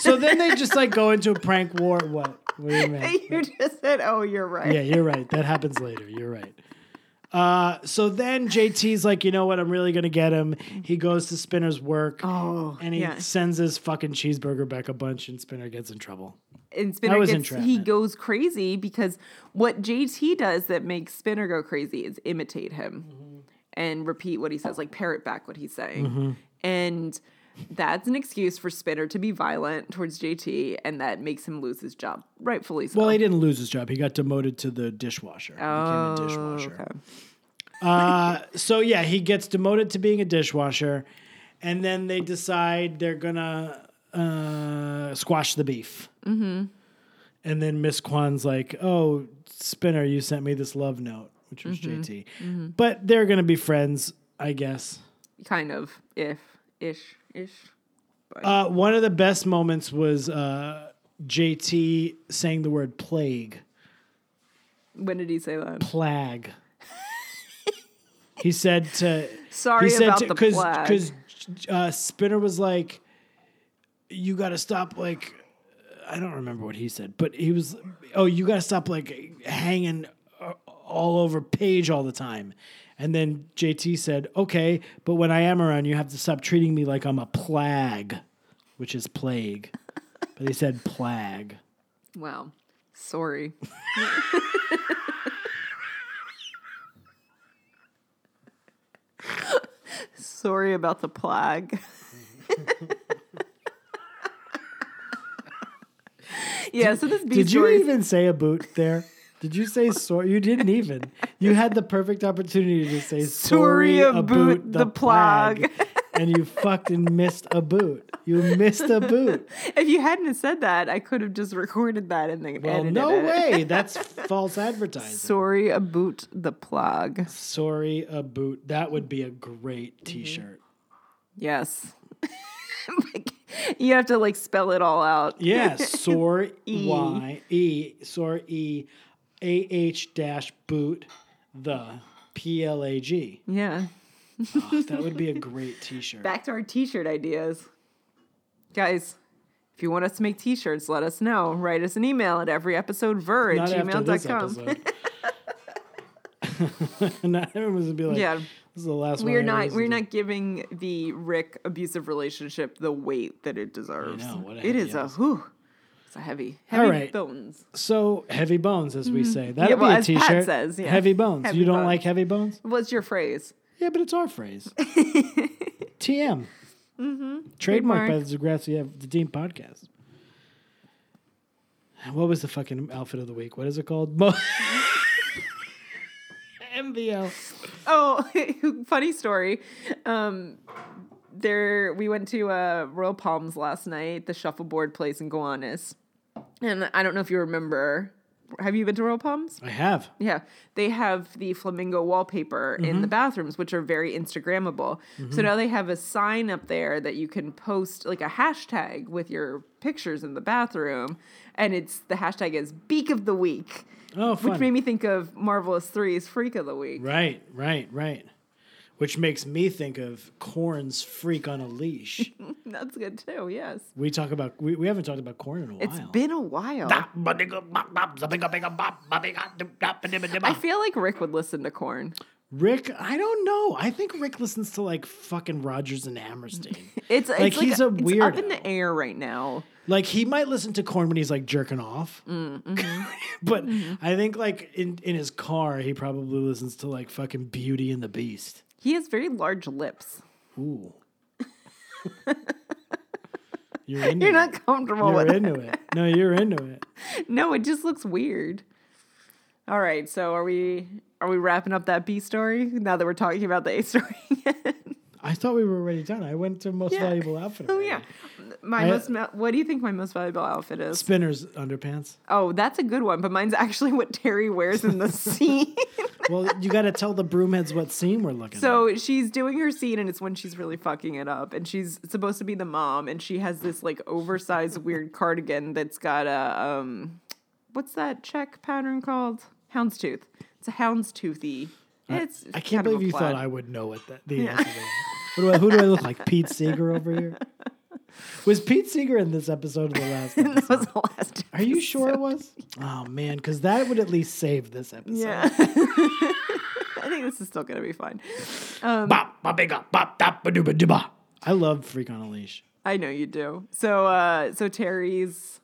S1: So then they just like go into a prank war. What? What do you mean?
S2: you just said, "Oh, you're right."
S1: Yeah, you're right. That happens later. You're right. Uh, so then JT's like, you know what? I'm really gonna get him. He goes to Spinner's work,
S2: Oh,
S1: and he
S2: yeah.
S1: sends his fucking cheeseburger back a bunch, and Spinner gets in trouble.
S2: And Spinner
S1: was
S2: gets he
S1: entrapment.
S2: goes crazy because what JT does that makes Spinner go crazy is
S1: Mm-hmm.
S2: imitate him and repeat what he says, like parrot back what he's saying. And That's an excuse for Spinner to be violent towards JT, and that makes him lose his job, rightfully so.
S1: Well, he didn't lose his job. He got demoted to the dishwasher. Oh, became a dishwasher.
S2: okay.
S1: Uh, so yeah, he gets demoted to being a dishwasher, and then they decide they're gonna uh, squash the beef. Mm-hmm. And then Miss Kwan's like, "Oh, Spinner, you sent me this love note, which was JT, but they're gonna be friends, I guess."
S2: kind of if ish ish.
S1: Uh, one of the best moments was uh, JT saying the word plague.
S2: When did he say that?
S1: Plague. he said to.
S2: Sorry about
S1: to-
S2: the plague.
S1: Because uh, Spinner was like, "You got to stop." Like, I don't remember what he said, but he was, "Oh, you got to stop like hanging uh, all over Paige all the time." And then JT said, "Okay, but when I am around, you have to stop treating me like I'm a plague, which is plague." but he said plague.
S2: Wow. Sorry. Sorry about the plague. yeah, so this beef
S1: Did you
S2: story is-
S1: even say a boot there? Did you say sorry? You didn't even. You had the perfect opportunity to say
S2: Sorry
S1: sorry
S2: about
S1: about the
S2: the
S1: plague,
S2: plague.
S1: and you fucking missed a boot. You missed a boot.
S2: if you hadn't have said that, I could have just recorded that and then
S1: Well,
S2: edited
S1: no
S2: it.
S1: way. That's false advertising.
S2: Sorry about the plague.
S1: sorry a boot. That would be a great T-shirt.
S2: Yes. Like, you have to like spell it all out.
S1: Yeah, sorry y e sorry e a h dash boot the p l a g.
S2: Yeah.
S1: That would be a great T-shirt.
S2: Back to our t-shirt ideas. Guys, if you want us to make t-shirts, let us know. Write us an email at everyepisodever at
S1: not after this
S2: gmail.com.
S1: episode. not everyone's gonna be like,
S2: Yeah.
S1: "This is the last
S2: We're
S1: one." I
S2: not
S1: listen
S2: we're
S1: to."
S2: not giving the Rick abusive relationship the weight that it deserves.
S1: know, what a
S2: it
S1: heavy
S2: is a
S1: episode.
S2: whew. It's a heavy, heavy
S1: right.
S2: bones.
S1: so heavy bones, as we say. That'll
S2: Mm-hmm. well,
S1: be a
S2: as Pat
S1: T-shirt.
S2: says, yeah.
S1: Heavy bones.
S2: Heavy
S1: you don't
S2: bones.
S1: like heavy bones?
S2: What's your phrase?
S1: Yeah, but it's our phrase. TM.
S2: Mm-hmm.
S1: Trademark, by
S2: Trademark.
S1: the Degrassi of the Dean podcast. What was the fucking outfit of the week? What is it called? Mo- MVL.
S2: Oh, funny story. Um, there, we went to uh, Royal Palms last night, the shuffleboard place in Gowanus. And I don't know if you remember. Have you been to Royal Palms?
S1: I have.
S2: Yeah, they have the flamingo wallpaper in the bathrooms, which are very Instagrammable. So now they have a sign up there that you can post like a hashtag with your pictures in the bathroom, and it's the hashtag is Beak of the Week,
S1: Oh, fun.
S2: which made me think of Marvelous Three's Freak of the Week.
S1: Right, right, right. Which makes me think of Corn's Freak on a Leash.
S2: That's good too. Yes.
S1: we talk about we, we haven't talked about Corn in a
S2: It's
S1: while.
S2: been a while. I
S3: I
S2: feel like Rick would listen to Corn.
S1: Rick, I don't know. I think Rick listens to like fucking Rogers and Hammerstein.
S2: It's it's
S1: Like,
S2: like
S1: he's
S2: a,
S1: a
S2: It's up in
S1: weirdo.
S2: the air right now.
S1: like he might listen to Corn when he's like jerking off.
S2: Mm, mm-hmm.
S1: but I think like in in his car he probably listens to like fucking Beauty and the Beast.
S2: He has very large lips.
S1: Ooh. You're into
S2: You're
S1: it.
S2: not comfortable
S1: You're
S2: with it.
S1: into it. No, you're into it.
S2: No, it just looks weird. All right, so are we are we wrapping up that B story now that we're talking about the A story? again?
S1: I thought we were already done. I went to most
S2: Yeah.
S1: valuable outfit.
S2: oh
S1: already.
S2: yeah, my
S1: I-
S2: most ma- what do you think my most valuable outfit is?
S1: Spinner's underpants.
S2: Oh, that's a good one, but mine's actually what Terry wears in the scene.
S1: Well, you got to tell the broomheads what scene we're looking at.
S2: So she's doing her scene, and it's when she's really fucking it up. And she's supposed to be the mom, and she has this like oversized weird cardigan that's got a um, what's that check pattern called? Houndstooth. It's a houndstoothy. It's
S1: I can't
S2: kind of a
S1: believe you thought
S2: plaid.
S1: I would know what that, the answer is. What do I, who do I look like? Pete Seeger over here? Was Pete Seeger in this episode or the last episode?
S2: that was the last.
S1: Are you sure it was? Oh, man, because that would at least save this episode.
S2: Yeah. I think this is still gonna be fun.
S1: I love Freak on a Leash.
S2: I know you do. So, uh, so Terry's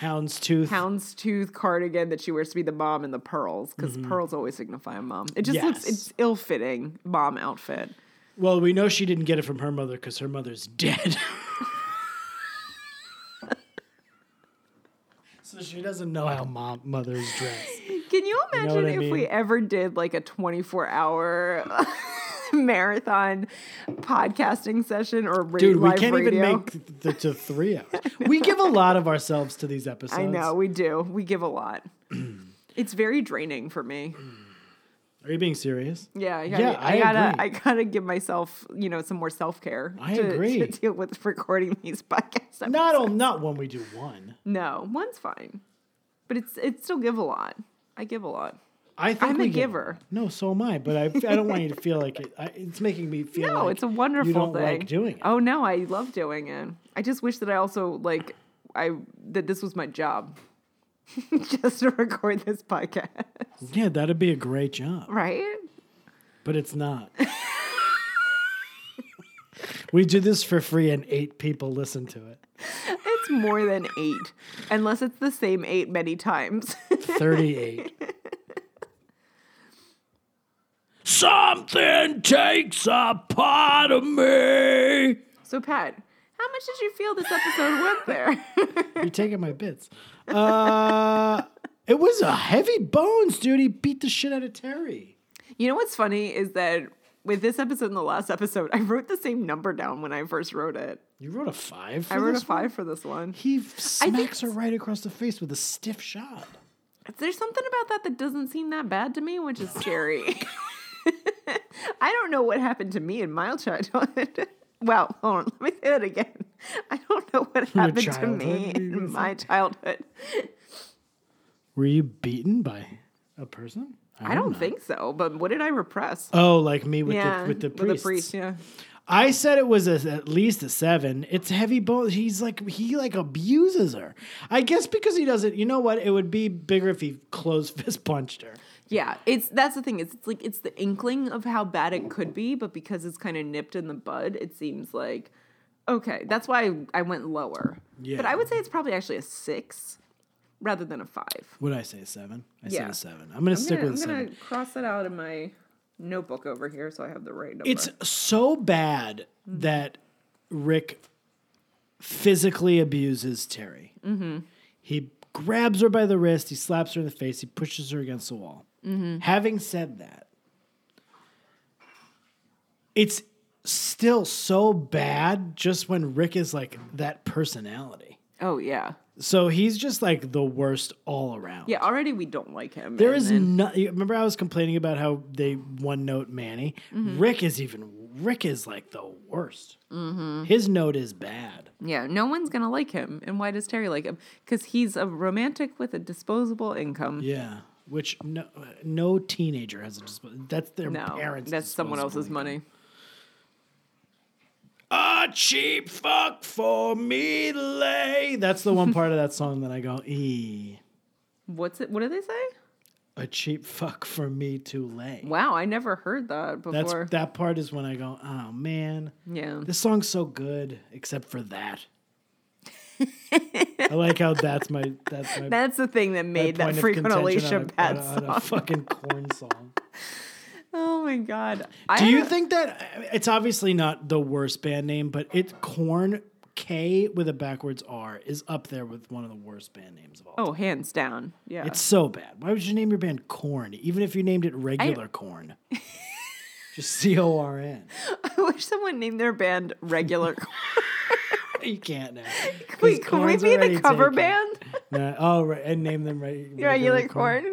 S1: Houndstooth.
S2: houndstooth cardigan that she wears to be the mom and the pearls because pearls always signify a mom. It just looks
S1: Mm-hmm. Yes.
S2: it's ill fitting mom outfit.
S1: Well, we know she didn't get it from her mother because her mother's dead. so she doesn't know how mom mother's dressed.
S2: Can you
S1: know
S2: imagine
S1: what I
S2: if
S1: mean?
S2: we ever did like a 24 hour marathon podcasting session or radio,
S1: Dude, we
S2: live
S1: can't
S2: radio?
S1: even make the to three hours. We give a lot of ourselves to these episodes.
S2: I know, we do. We give a lot. it's very draining for me.
S1: Are you being serious?
S2: Yeah, I gotta,
S1: Yeah,
S2: I,
S1: I
S2: gotta
S1: agree.
S2: I gotta give myself, you know, some more self care.
S1: I
S2: to,
S1: agree.
S2: to deal with recording these podcasts. episodes.
S1: Not on, not when we do one.
S2: no, one's fine, but it's it still give a lot. I give a lot.
S1: I think
S2: I'm a
S1: we give-
S2: giver.
S1: No, so am I. But I, I don't want you to feel like it. I, it's making me feel.
S2: No,
S1: like
S2: it's a wonderful
S1: you don't
S2: thing.
S1: Like doing it.
S2: Oh no, I love doing it. I just wish that I also like I that this was my job. just to record this podcast.
S1: Yeah, that'd be a great job,
S2: Right?
S1: but it's not. we do this for free, and eight people listen to it.
S2: It's more than 8 unless it's the same 8 many times.
S1: Thirty-eight. Something takes a part of me.
S2: so Pat, how much did you feel this episode went there?
S1: You're taking my bits. Uh, it was a heavy bones, dude. He beat the shit out of Terry.
S2: you know what's funny is that with this episode and the last episode, I wrote the same number down when I first wrote it.
S1: You wrote a five. For
S2: I wrote a
S1: this one?
S2: 5 for this one.
S1: He smacks her
S2: it's-
S1: right across the face with a stiff shot.
S2: There's something about that that doesn't seem that bad to me, which is scary. I don't know what happened to me in my childhood. well, hold on, let me say that again. I don't know what happened to me
S1: childhood, you
S2: in my childhood.
S1: Were you beaten by a person?
S2: I don't think so, but what did I repress?
S1: Oh, like me with
S2: yeah,
S1: the with the priest.
S2: yeah.
S1: I said it was a, at least a seven. It's heavy bones. He's like he like abuses her. I guess because he doesn't. You know what? It would be bigger if he close fist punched her.
S2: Yeah, it's that's the thing. It's, it's like it's the inkling of how bad it could be, but because it's kind of nipped in the bud, it seems like okay. That's why I, I went lower.
S1: Yeah.
S2: But I would say it's probably actually a six rather than a five.
S1: What did I say? A seven. I said
S2: Yeah.
S1: a seven. I'm gonna stick with a seven.
S2: cross it out in my notebook over here so I have the right number.
S1: It's so bad that Rick physically abuses Terry. Mm-hmm. He grabs her by the wrist, he slaps her in the face, he pushes her against the wall. Having said that, it's still so bad just when Rick is like that personality.
S2: oh yeah,
S1: So he's just like the worst all around.
S2: yeah. Already we don't like him.
S1: There
S2: and
S1: is
S2: then-
S1: no. you Remember, I was complaining about how they one note Manny.
S2: Mm-hmm.
S1: Rick is even. Rick is like the worst.
S2: Mm-hmm.
S1: His note is bad.
S2: yeah. No one's gonna like him. And why does Terry like him? Because he's a romantic with a disposable income.
S1: Yeah, which no no teenager has a disposable. That's their
S2: No,
S1: parents.
S2: that's someone
S1: disposable
S2: else's
S1: income.
S2: money.
S1: A cheap fuck for me to lay. That's the one part of that song that I go e.
S2: What's it? What do they say?
S1: A cheap fuck for me to lay.
S2: Wow, I never heard that
S1: That's
S2: before.
S1: that part is when I go. Oh man.
S2: yeah.
S1: This song's so good, except for that. I like how that's my that's my, my
S2: That's the thing that made that
S1: point of
S2: frequent
S1: contention
S2: Alicia
S1: on a- on
S2: Pat
S1: a, on a
S2: song.
S1: fucking corn song.
S2: Oh my god.
S1: Do you think that it's obviously not the worst band name, but it corn K with a backwards R is up there with one of the worst band names of all.
S2: Oh, hands down. Yeah.
S1: It's so bad. Why would you name your band Corn, even if you named it regular corn? Just C O R N.
S2: I wish someone named their band regular. Corn.
S1: You can't now.
S2: Wait, can we
S1: Corn's
S2: be the
S1: already
S2: cover
S1: taken.
S2: band?
S1: Nah, oh, right, and name them right.
S2: Regular corn.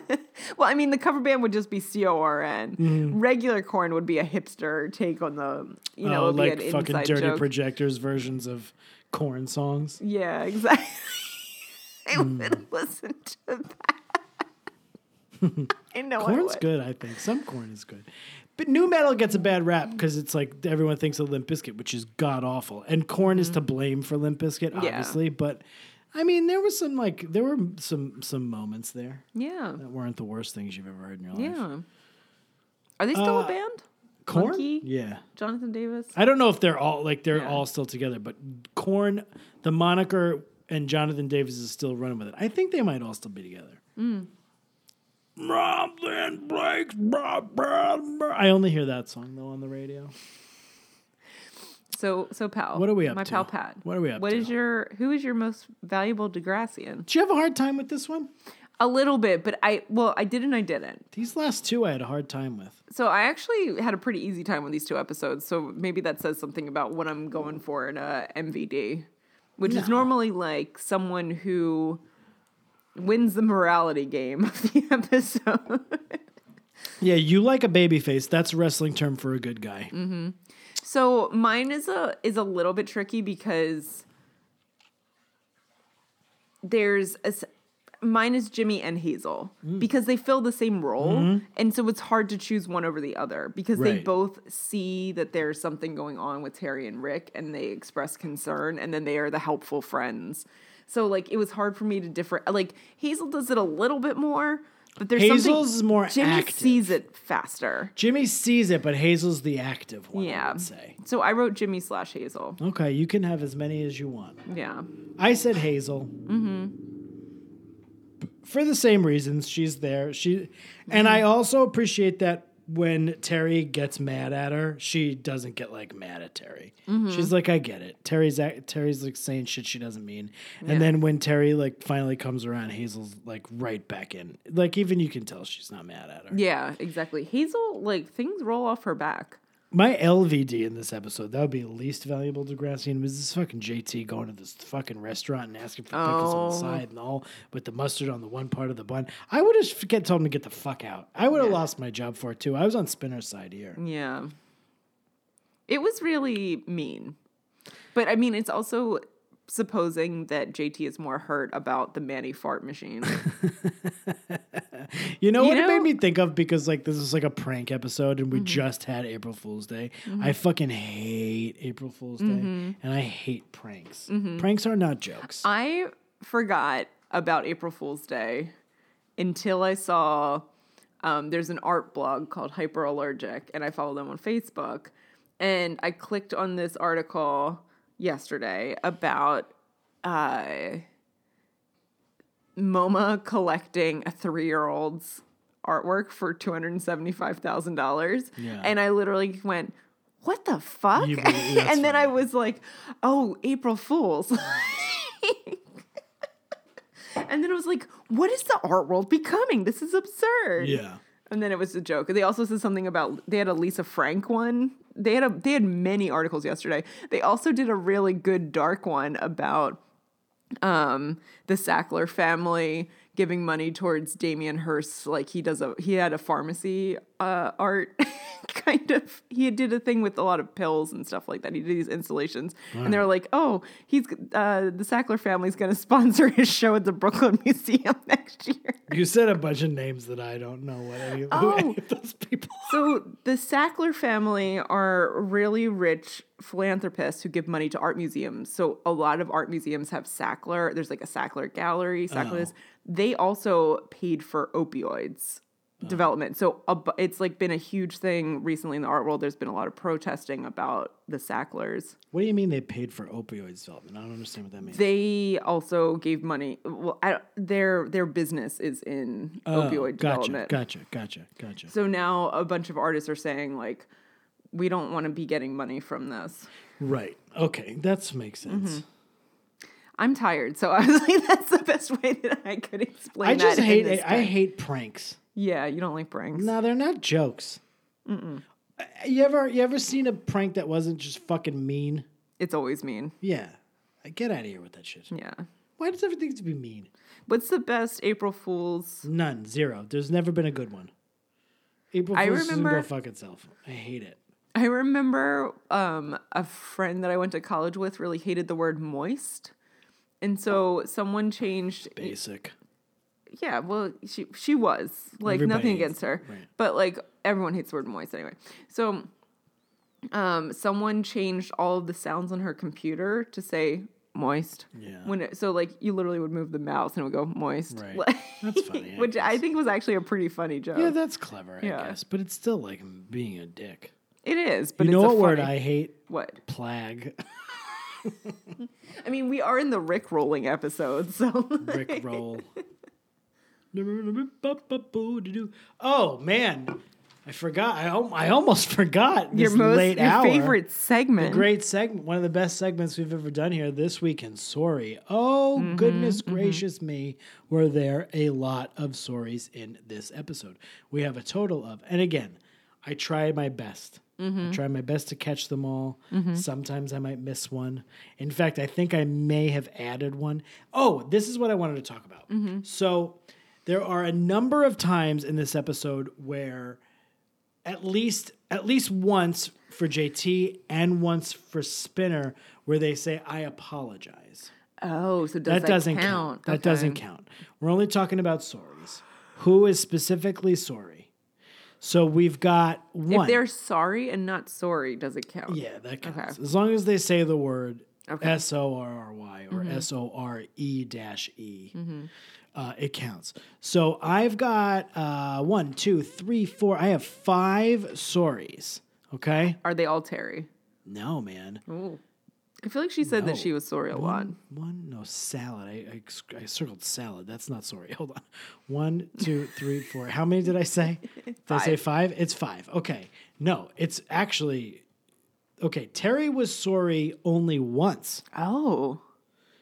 S2: well, I mean, the cover band would just be C O R N.
S1: Mm-hmm.
S2: Regular corn would be a hipster take on the, you know,
S1: oh,
S2: it would
S1: like
S2: be an
S1: fucking
S2: inside
S1: dirty
S2: joke.
S1: projectors versions of corn songs.
S2: yeah, exactly. I
S1: Hmm.
S2: would listen to that. I know I
S1: Corn's
S2: would.
S1: good, I think. Some corn is good, but new metal gets a bad rap because it's like everyone thinks of Limp Bizkit, which is god awful, and corn is to
S2: Mm-hmm.
S1: blame for Limp Bizkit, obviously. But I mean, there was some like there were some some moments there
S2: Yeah.
S1: that weren't the worst things you've ever heard in your life.
S2: Yeah. Are they still a
S1: Uh,
S2: band?
S1: corn,
S2: Monkey?
S1: yeah.
S2: Jonathan Davis?
S1: I don't know if they're all like they're
S2: Yeah.
S1: all still together, but Corn, the moniker, and Jonathan Davis is still running with it. I think they might all still be together. Robin Mm. Blake's. bra- bra- bra- I only hear that song though on the radio.
S2: So so pal.
S1: What are we up
S2: My
S1: to?
S2: pal Pat.
S1: What are we up
S2: What
S1: to?
S2: is your who is your most valuable Degrassian?
S1: Did you have a hard time with this one?
S2: A little bit, but I well I did and I didn't.
S1: These last two I had a hard time with.
S2: So I actually had a pretty easy time with these two episodes. So maybe that says something about what I'm going for in a MVD, which is normally like someone who wins the morality game of the episode.
S1: Yeah, you like a baby face. That's a wrestling term for a good guy.
S2: so mine is a is a little bit tricky because there's a s mine is Jimmy and Hazel
S1: Mm.
S2: because they fill the same role and so it's hard to choose one over the other because they
S1: Mm-hmm. Right.
S2: both see that there's something going on with Terry and Rick and they express concern and then they are the helpful friends. So like it was hard for me to differ like Hazel does it a little bit more but there's
S1: Hazel's
S2: something
S1: more
S2: Jimmy
S1: active.
S2: sees it faster.
S1: Jimmy sees it, but Hazel's the active one. Yeah. I
S2: Yeah.
S1: would say.
S2: So I wrote Jimmy slash Hazel.
S1: Okay, you can have as many as you want.
S2: Yeah.
S1: I said Hazel. Mm-hmm. For the same reasons, she's there. She, and I also appreciate that when Terry gets mad at her, she doesn't get like mad at Terry. She's like, I get it. Terry's act- Terry's like saying shit she doesn't mean, and then when Terry like finally comes around, Hazel's like right back in. Like even you can tell she's not mad at her.
S2: Yeah, exactly. Hazel, like things roll off her back.
S1: My LVD in this episode, that would be least valuable Degrassi, and was this fucking JT going to this fucking restaurant and asking for pickles on the
S2: Oh.
S1: side and all with the mustard on the one part of the bun. I would have forget told him to get the fuck out. I would have lost my job for it too. I was on Spinner's side here.
S2: Yeah. It was really mean. But I mean, it's also supposing that JT is more hurt about the Manny fart machine.
S1: You know
S2: You
S1: what it
S2: know- Mm-hmm.
S1: made me think of because like this is like a prank episode and we just had April Fool's Day. I fucking hate April Fool's Day and I hate pranks. Pranks are not jokes.
S2: Mm-hmm. I forgot about April Fool's Day until I saw um, there's an art blog called Hyperallergic, and I follow them on Facebook. And I clicked on this article yesterday about uh, MoMA collecting a three year old's artwork for $275,000.
S1: Yeah.
S2: And I literally went, what the fuck?
S1: You-
S2: and
S1: that's
S2: then I
S1: funny.
S2: was like, oh, April Fools. and then it was like, what is the art world becoming? This is absurd.
S1: yeah.
S2: And then it was a joke. They also said something about they had a Lisa Frank one. They had a they had many articles yesterday. They also did a really good dark one about um the Sackler family giving money towards Damien Hirst. Like he does a he had a pharmacy uh, art kind of he did a thing with a lot of pills and stuff like that. He did these installations and they were like, oh, he's uh, the Sackler family's gonna sponsor his show at the Brooklyn Museum next year.
S1: You said a bunch of names that I don't know what any, who
S2: Oh.
S1: any of those people
S2: So the Sackler family are really rich philanthropists who give money to art museums. So a lot of art museums have Sackler. There's like a Sackler gallery, Sackler.
S1: Oh.
S2: this. They also paid for opioids
S1: Oh.
S2: development. So a, bu- it's like been a huge thing recently in the art world. There's been a lot of protesting about the Sacklers.
S1: What do you mean they paid for opioids development? I don't understand what that means.
S2: They also gave money. Well, I, their their business is in
S1: Oh,
S2: opioid
S1: gotcha,
S2: development.
S1: Gotcha, gotcha, gotcha.
S2: So now a bunch of artists are saying like, we don't want to be getting money from this.
S1: right. Okay, that makes sense.
S2: Mm-hmm. I'm tired, so I was like, that's the best way that I could explain.
S1: I just
S2: that in
S1: hate
S2: this
S1: it. I
S2: time.
S1: hate pranks.
S2: Yeah, you don't like pranks.
S1: No, they're not jokes. Uh, You ever you ever seen a prank that wasn't just fucking mean?
S2: It's always mean.
S1: Yeah. Uh, Get out of here with that shit.
S2: Yeah.
S1: Why does everything have to be mean?
S2: What's the best April Fool's?
S1: None, zero. There's never been a good one. April
S2: I
S1: Fool's doesn't go
S2: remember-
S1: fuck itself. I hate it.
S2: I remember um, a friend that I went to college with really hated the word moist, and so someone changed
S1: Basic.
S2: Yeah, well, she she was like
S1: Everybody
S2: nothing
S1: hates-
S2: against her,
S1: right.
S2: but like everyone hates the word moist anyway. So, um, someone changed all of the sounds on her computer to say moist.
S1: Yeah.
S2: When it, so like you literally would move the mouse and it would go moist.
S1: Right.
S2: Like-
S1: That's funny, I
S2: which I
S1: guess.
S2: think was actually a pretty funny joke.
S1: Yeah, that's clever, I
S2: Yeah.
S1: guess. But it's still like being a dick.
S2: it is, but
S1: you
S2: it's
S1: know
S2: a
S1: what word
S2: funny-
S1: I hate?
S2: what
S1: Plague.
S2: I mean we are in the Rick rolling episode, so
S1: Rick roll. Oh man, I forgot. I, al- I almost forgot this
S2: your most
S1: late
S2: your
S1: hour.
S2: favorite segment.
S1: Great segment. One of the best segments we've ever done here this week in Sorry. Oh, goodness gracious me. Were there a lot of sorries in this episode? We have a total of, and again, I try my best. I try my best to catch them all. Sometimes I might miss one. In fact, I think I may have added one. Oh, this is what I wanted to talk about. So there are a number of times in this episode where at least at least once for JT and once for Spinner where they say I apologize.
S2: Oh, so does
S1: That, doesn't count.
S2: count?
S1: That doesn't count. We're only talking about sorries. Who is specifically sorry? So we've got one.
S2: If they're sorry and not sorry, does it count?
S1: yeah, that counts. As long as they say the word
S2: Okay. Mm-hmm.
S1: S O R R Y or S O R E dash E, uh, it counts. So I've got uh, one, two, three, four. I have five sorries. Okay.
S2: Are they all Terry?
S1: No, man.
S2: Ooh. I feel like she said
S1: No.
S2: that she was sorry a lot.
S1: One, one, no salad. I, I c- I circled salad. That's not sorry. Hold on. One, two, three, four. How many did I say? Did I say five? It's five. Okay. No, it's actually okay. Terry was sorry only once.
S2: Oh.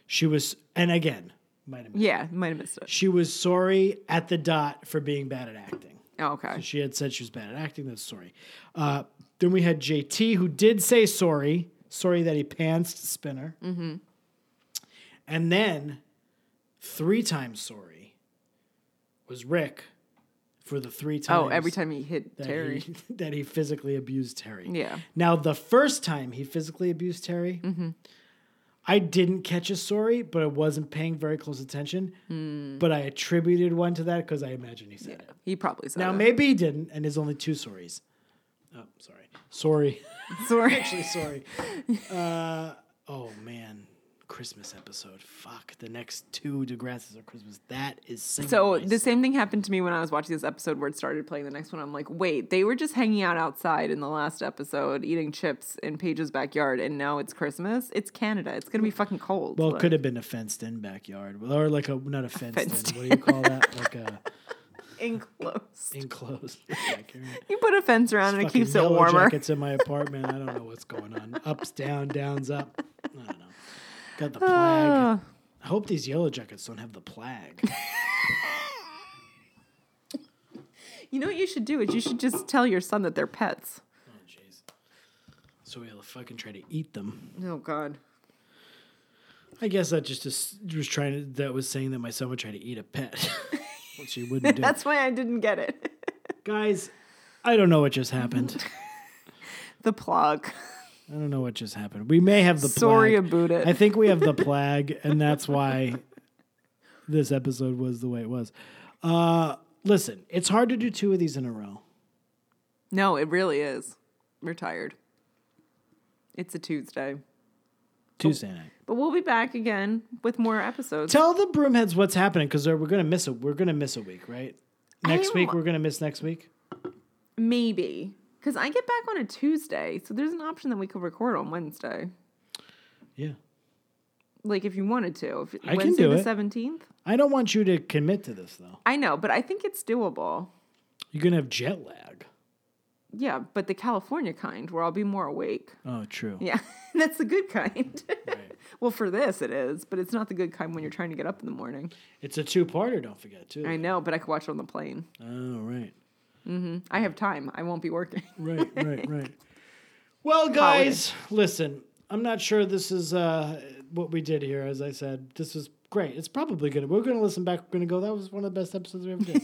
S1: She was, and again, might have.
S2: Yeah, might have missed it.
S1: She was sorry at the dot for being bad at acting.
S2: Oh, okay.
S1: She had said she was bad at acting. That's sorry. Uh, then we had JT, who did say sorry. Sorry that he pantsed Spinner. Mm-hmm. And then three times sorry was Rick for the three times.
S2: Oh, every time he hit
S1: that
S2: Terry.
S1: He, that he physically abused Terry.
S2: Yeah. Mm-hmm.
S1: Now, the first time he physically abused Terry, I didn't catch a sorry, but I wasn't paying very close attention.
S2: Hmm.
S1: But I attributed one to that because I imagine he said it.
S2: He probably said
S1: Now
S2: it.
S1: maybe he didn't, and there's only two sorries. Oh, sorry, sorry,
S2: sorry.
S1: actually sorry. Uh, oh man, Christmas episode. Fuck, the next two Degrassis are Christmas. That is singing my
S2: So the
S1: song.
S2: same thing happened to me when I was watching this episode where it started playing the next one. I'm like, wait, they were just hanging out outside in the last episode, eating chips in Paige's backyard, and now it's Christmas. It's Canada. It's gonna be fucking cold.
S1: Well, it
S2: Like,
S1: could have been a fenced-in backyard, or like a not a fenced-in.
S2: fenced
S1: What do you call that? Like a
S2: enclosed.
S1: enclosed backyard.
S2: You put a fence around and it
S1: Fucking
S2: keeps it
S1: yellow
S2: warmer.
S1: Jackets in my apartment. I don't know what's going on. Ups down, downs up. I don't know. Got the plague.
S2: Ah.
S1: I hope these yellow jackets don't have the plague.
S2: You know what you should do is you should just tell your son that they're pets.
S1: Oh, jeez. So we'll fucking try to eat them.
S2: Oh God.
S1: I guess that just is, was trying to, that was saying that my son would try to eat a pet, which he wouldn't do.
S2: That's why I didn't get it.
S1: Guys, I don't know what just happened.
S2: The plug.
S1: I don't know what just happened. We may have the
S2: Sorry
S1: plague.
S2: about it.
S1: I think we have the plague, and that's why this episode was the way it was. Uh, listen, it's hard to do two of these in a row.
S2: No, it really is. We're tired. It's a Tuesday.
S1: Tuesday night.
S2: But we'll be back again with more episodes.
S1: Tell the broomheads what's happening because we're gonna miss a we're gonna miss a week, right? Next
S2: I
S1: week
S2: don't-
S1: we're gonna miss next week.
S2: Maybe. Because I get back on a Tuesday. So there's an option that we could record on Wednesday.
S1: Yeah.
S2: Like if you wanted to. If,
S1: I can
S2: Wednesday
S1: do
S2: the
S1: it.
S2: 17th?
S1: I don't want you to commit to this though.
S2: I know, but I think it's doable.
S1: You're gonna have jet lag.
S2: Yeah, but the California kind where I'll be more awake.
S1: Oh, true.
S2: Yeah, that's the good kind.
S1: Right.
S2: well, for this it is, but it's not the good kind when you're trying to get up in the morning.
S1: It's a two-parter. Don't forget too.
S2: I know, but I could watch it on the plane.
S1: Oh, right,
S2: I have time. I won't be working.
S1: right, right, right. Well, guys, listen. I'm not sure this is uh, what we did here. As I said, this was great. It's probably gonna. We're gonna listen back. We're gonna go. That was one of the best episodes we ever did,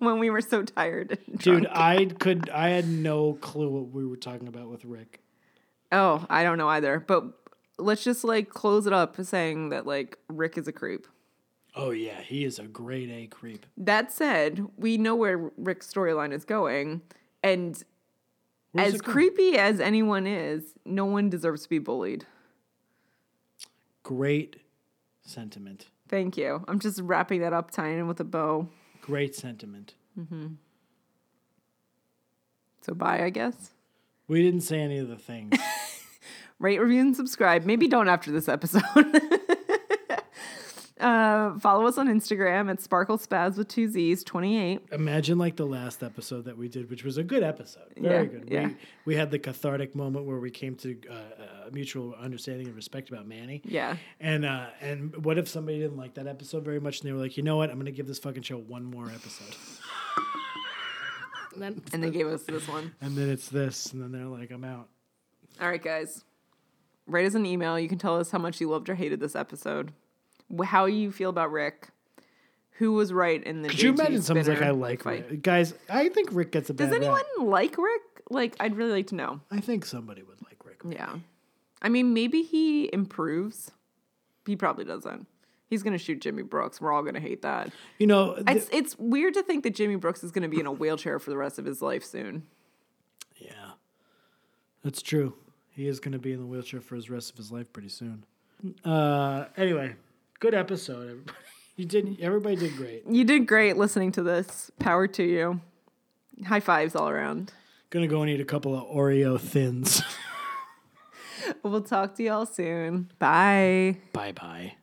S2: when we were so tired. and
S1: dude.
S2: drunk.
S1: I could. I had no clue what we were talking about with Rick.
S2: Oh, I don't know either. But let's just like close it up saying that like Rick is a creep.
S1: Oh yeah, he is a grade A creep.
S2: That said, we know where Rick's storyline is going, and
S1: Where's
S2: as
S1: it going?
S2: creepy as anyone is, no one deserves to be bullied.
S1: Great sentiment.
S2: Thank you. I'm just wrapping that up, tying in with a bow.
S1: Great sentiment.
S2: So bye, I guess.
S1: We didn't say any of the things.
S2: Rate, review, and subscribe. Maybe don't after this episode. Uh, follow us on Instagram at Sparkle Spaz with two Z's twenty eight.
S1: Imagine like the last episode that we did, which was a good episode, very
S2: Yeah,
S1: good.
S2: yeah.
S1: We, we had the cathartic moment where we came to uh, a mutual understanding and respect about Manny.
S2: Yeah.
S1: And uh, and what if somebody didn't like that episode very much, and they were like, you know what, I'm gonna give this fucking show one more episode, and then
S2: And they gave us this one.
S1: and then it's this, and then they're like, I'm out.
S2: All right, guys. Write us an email. You can tell us how much you loved or hated this episode, wh- how you feel about Rick, who was right in the.
S1: Could you
S2: JT
S1: imagine someone's like, I
S2: spinner
S1: like
S2: fight.
S1: Rick. guys? I think Rick gets a bad.
S2: Does anyone
S1: Rap.
S2: like Rick? Like, I'd really like to know.
S1: I think somebody would like Rick.
S2: Yeah. I mean, maybe he improves. He probably doesn't. He's gonna shoot Jimmy Brooks. We're all gonna hate that.
S1: You know, th-
S2: It's it's weird to think that Jimmy Brooks is gonna be in a wheelchair for the rest of his life soon.
S1: Yeah. That's true. He is going to be in the wheelchair for his rest of his life pretty soon. Uh, anyway, good episode. Everybody. You did. Everybody did great.
S2: You did great listening to this. Power to you. High fives all around.
S1: Gonna go and eat a couple of Oreo thins.
S2: We'll talk to y'all soon. Bye.
S1: bye bye.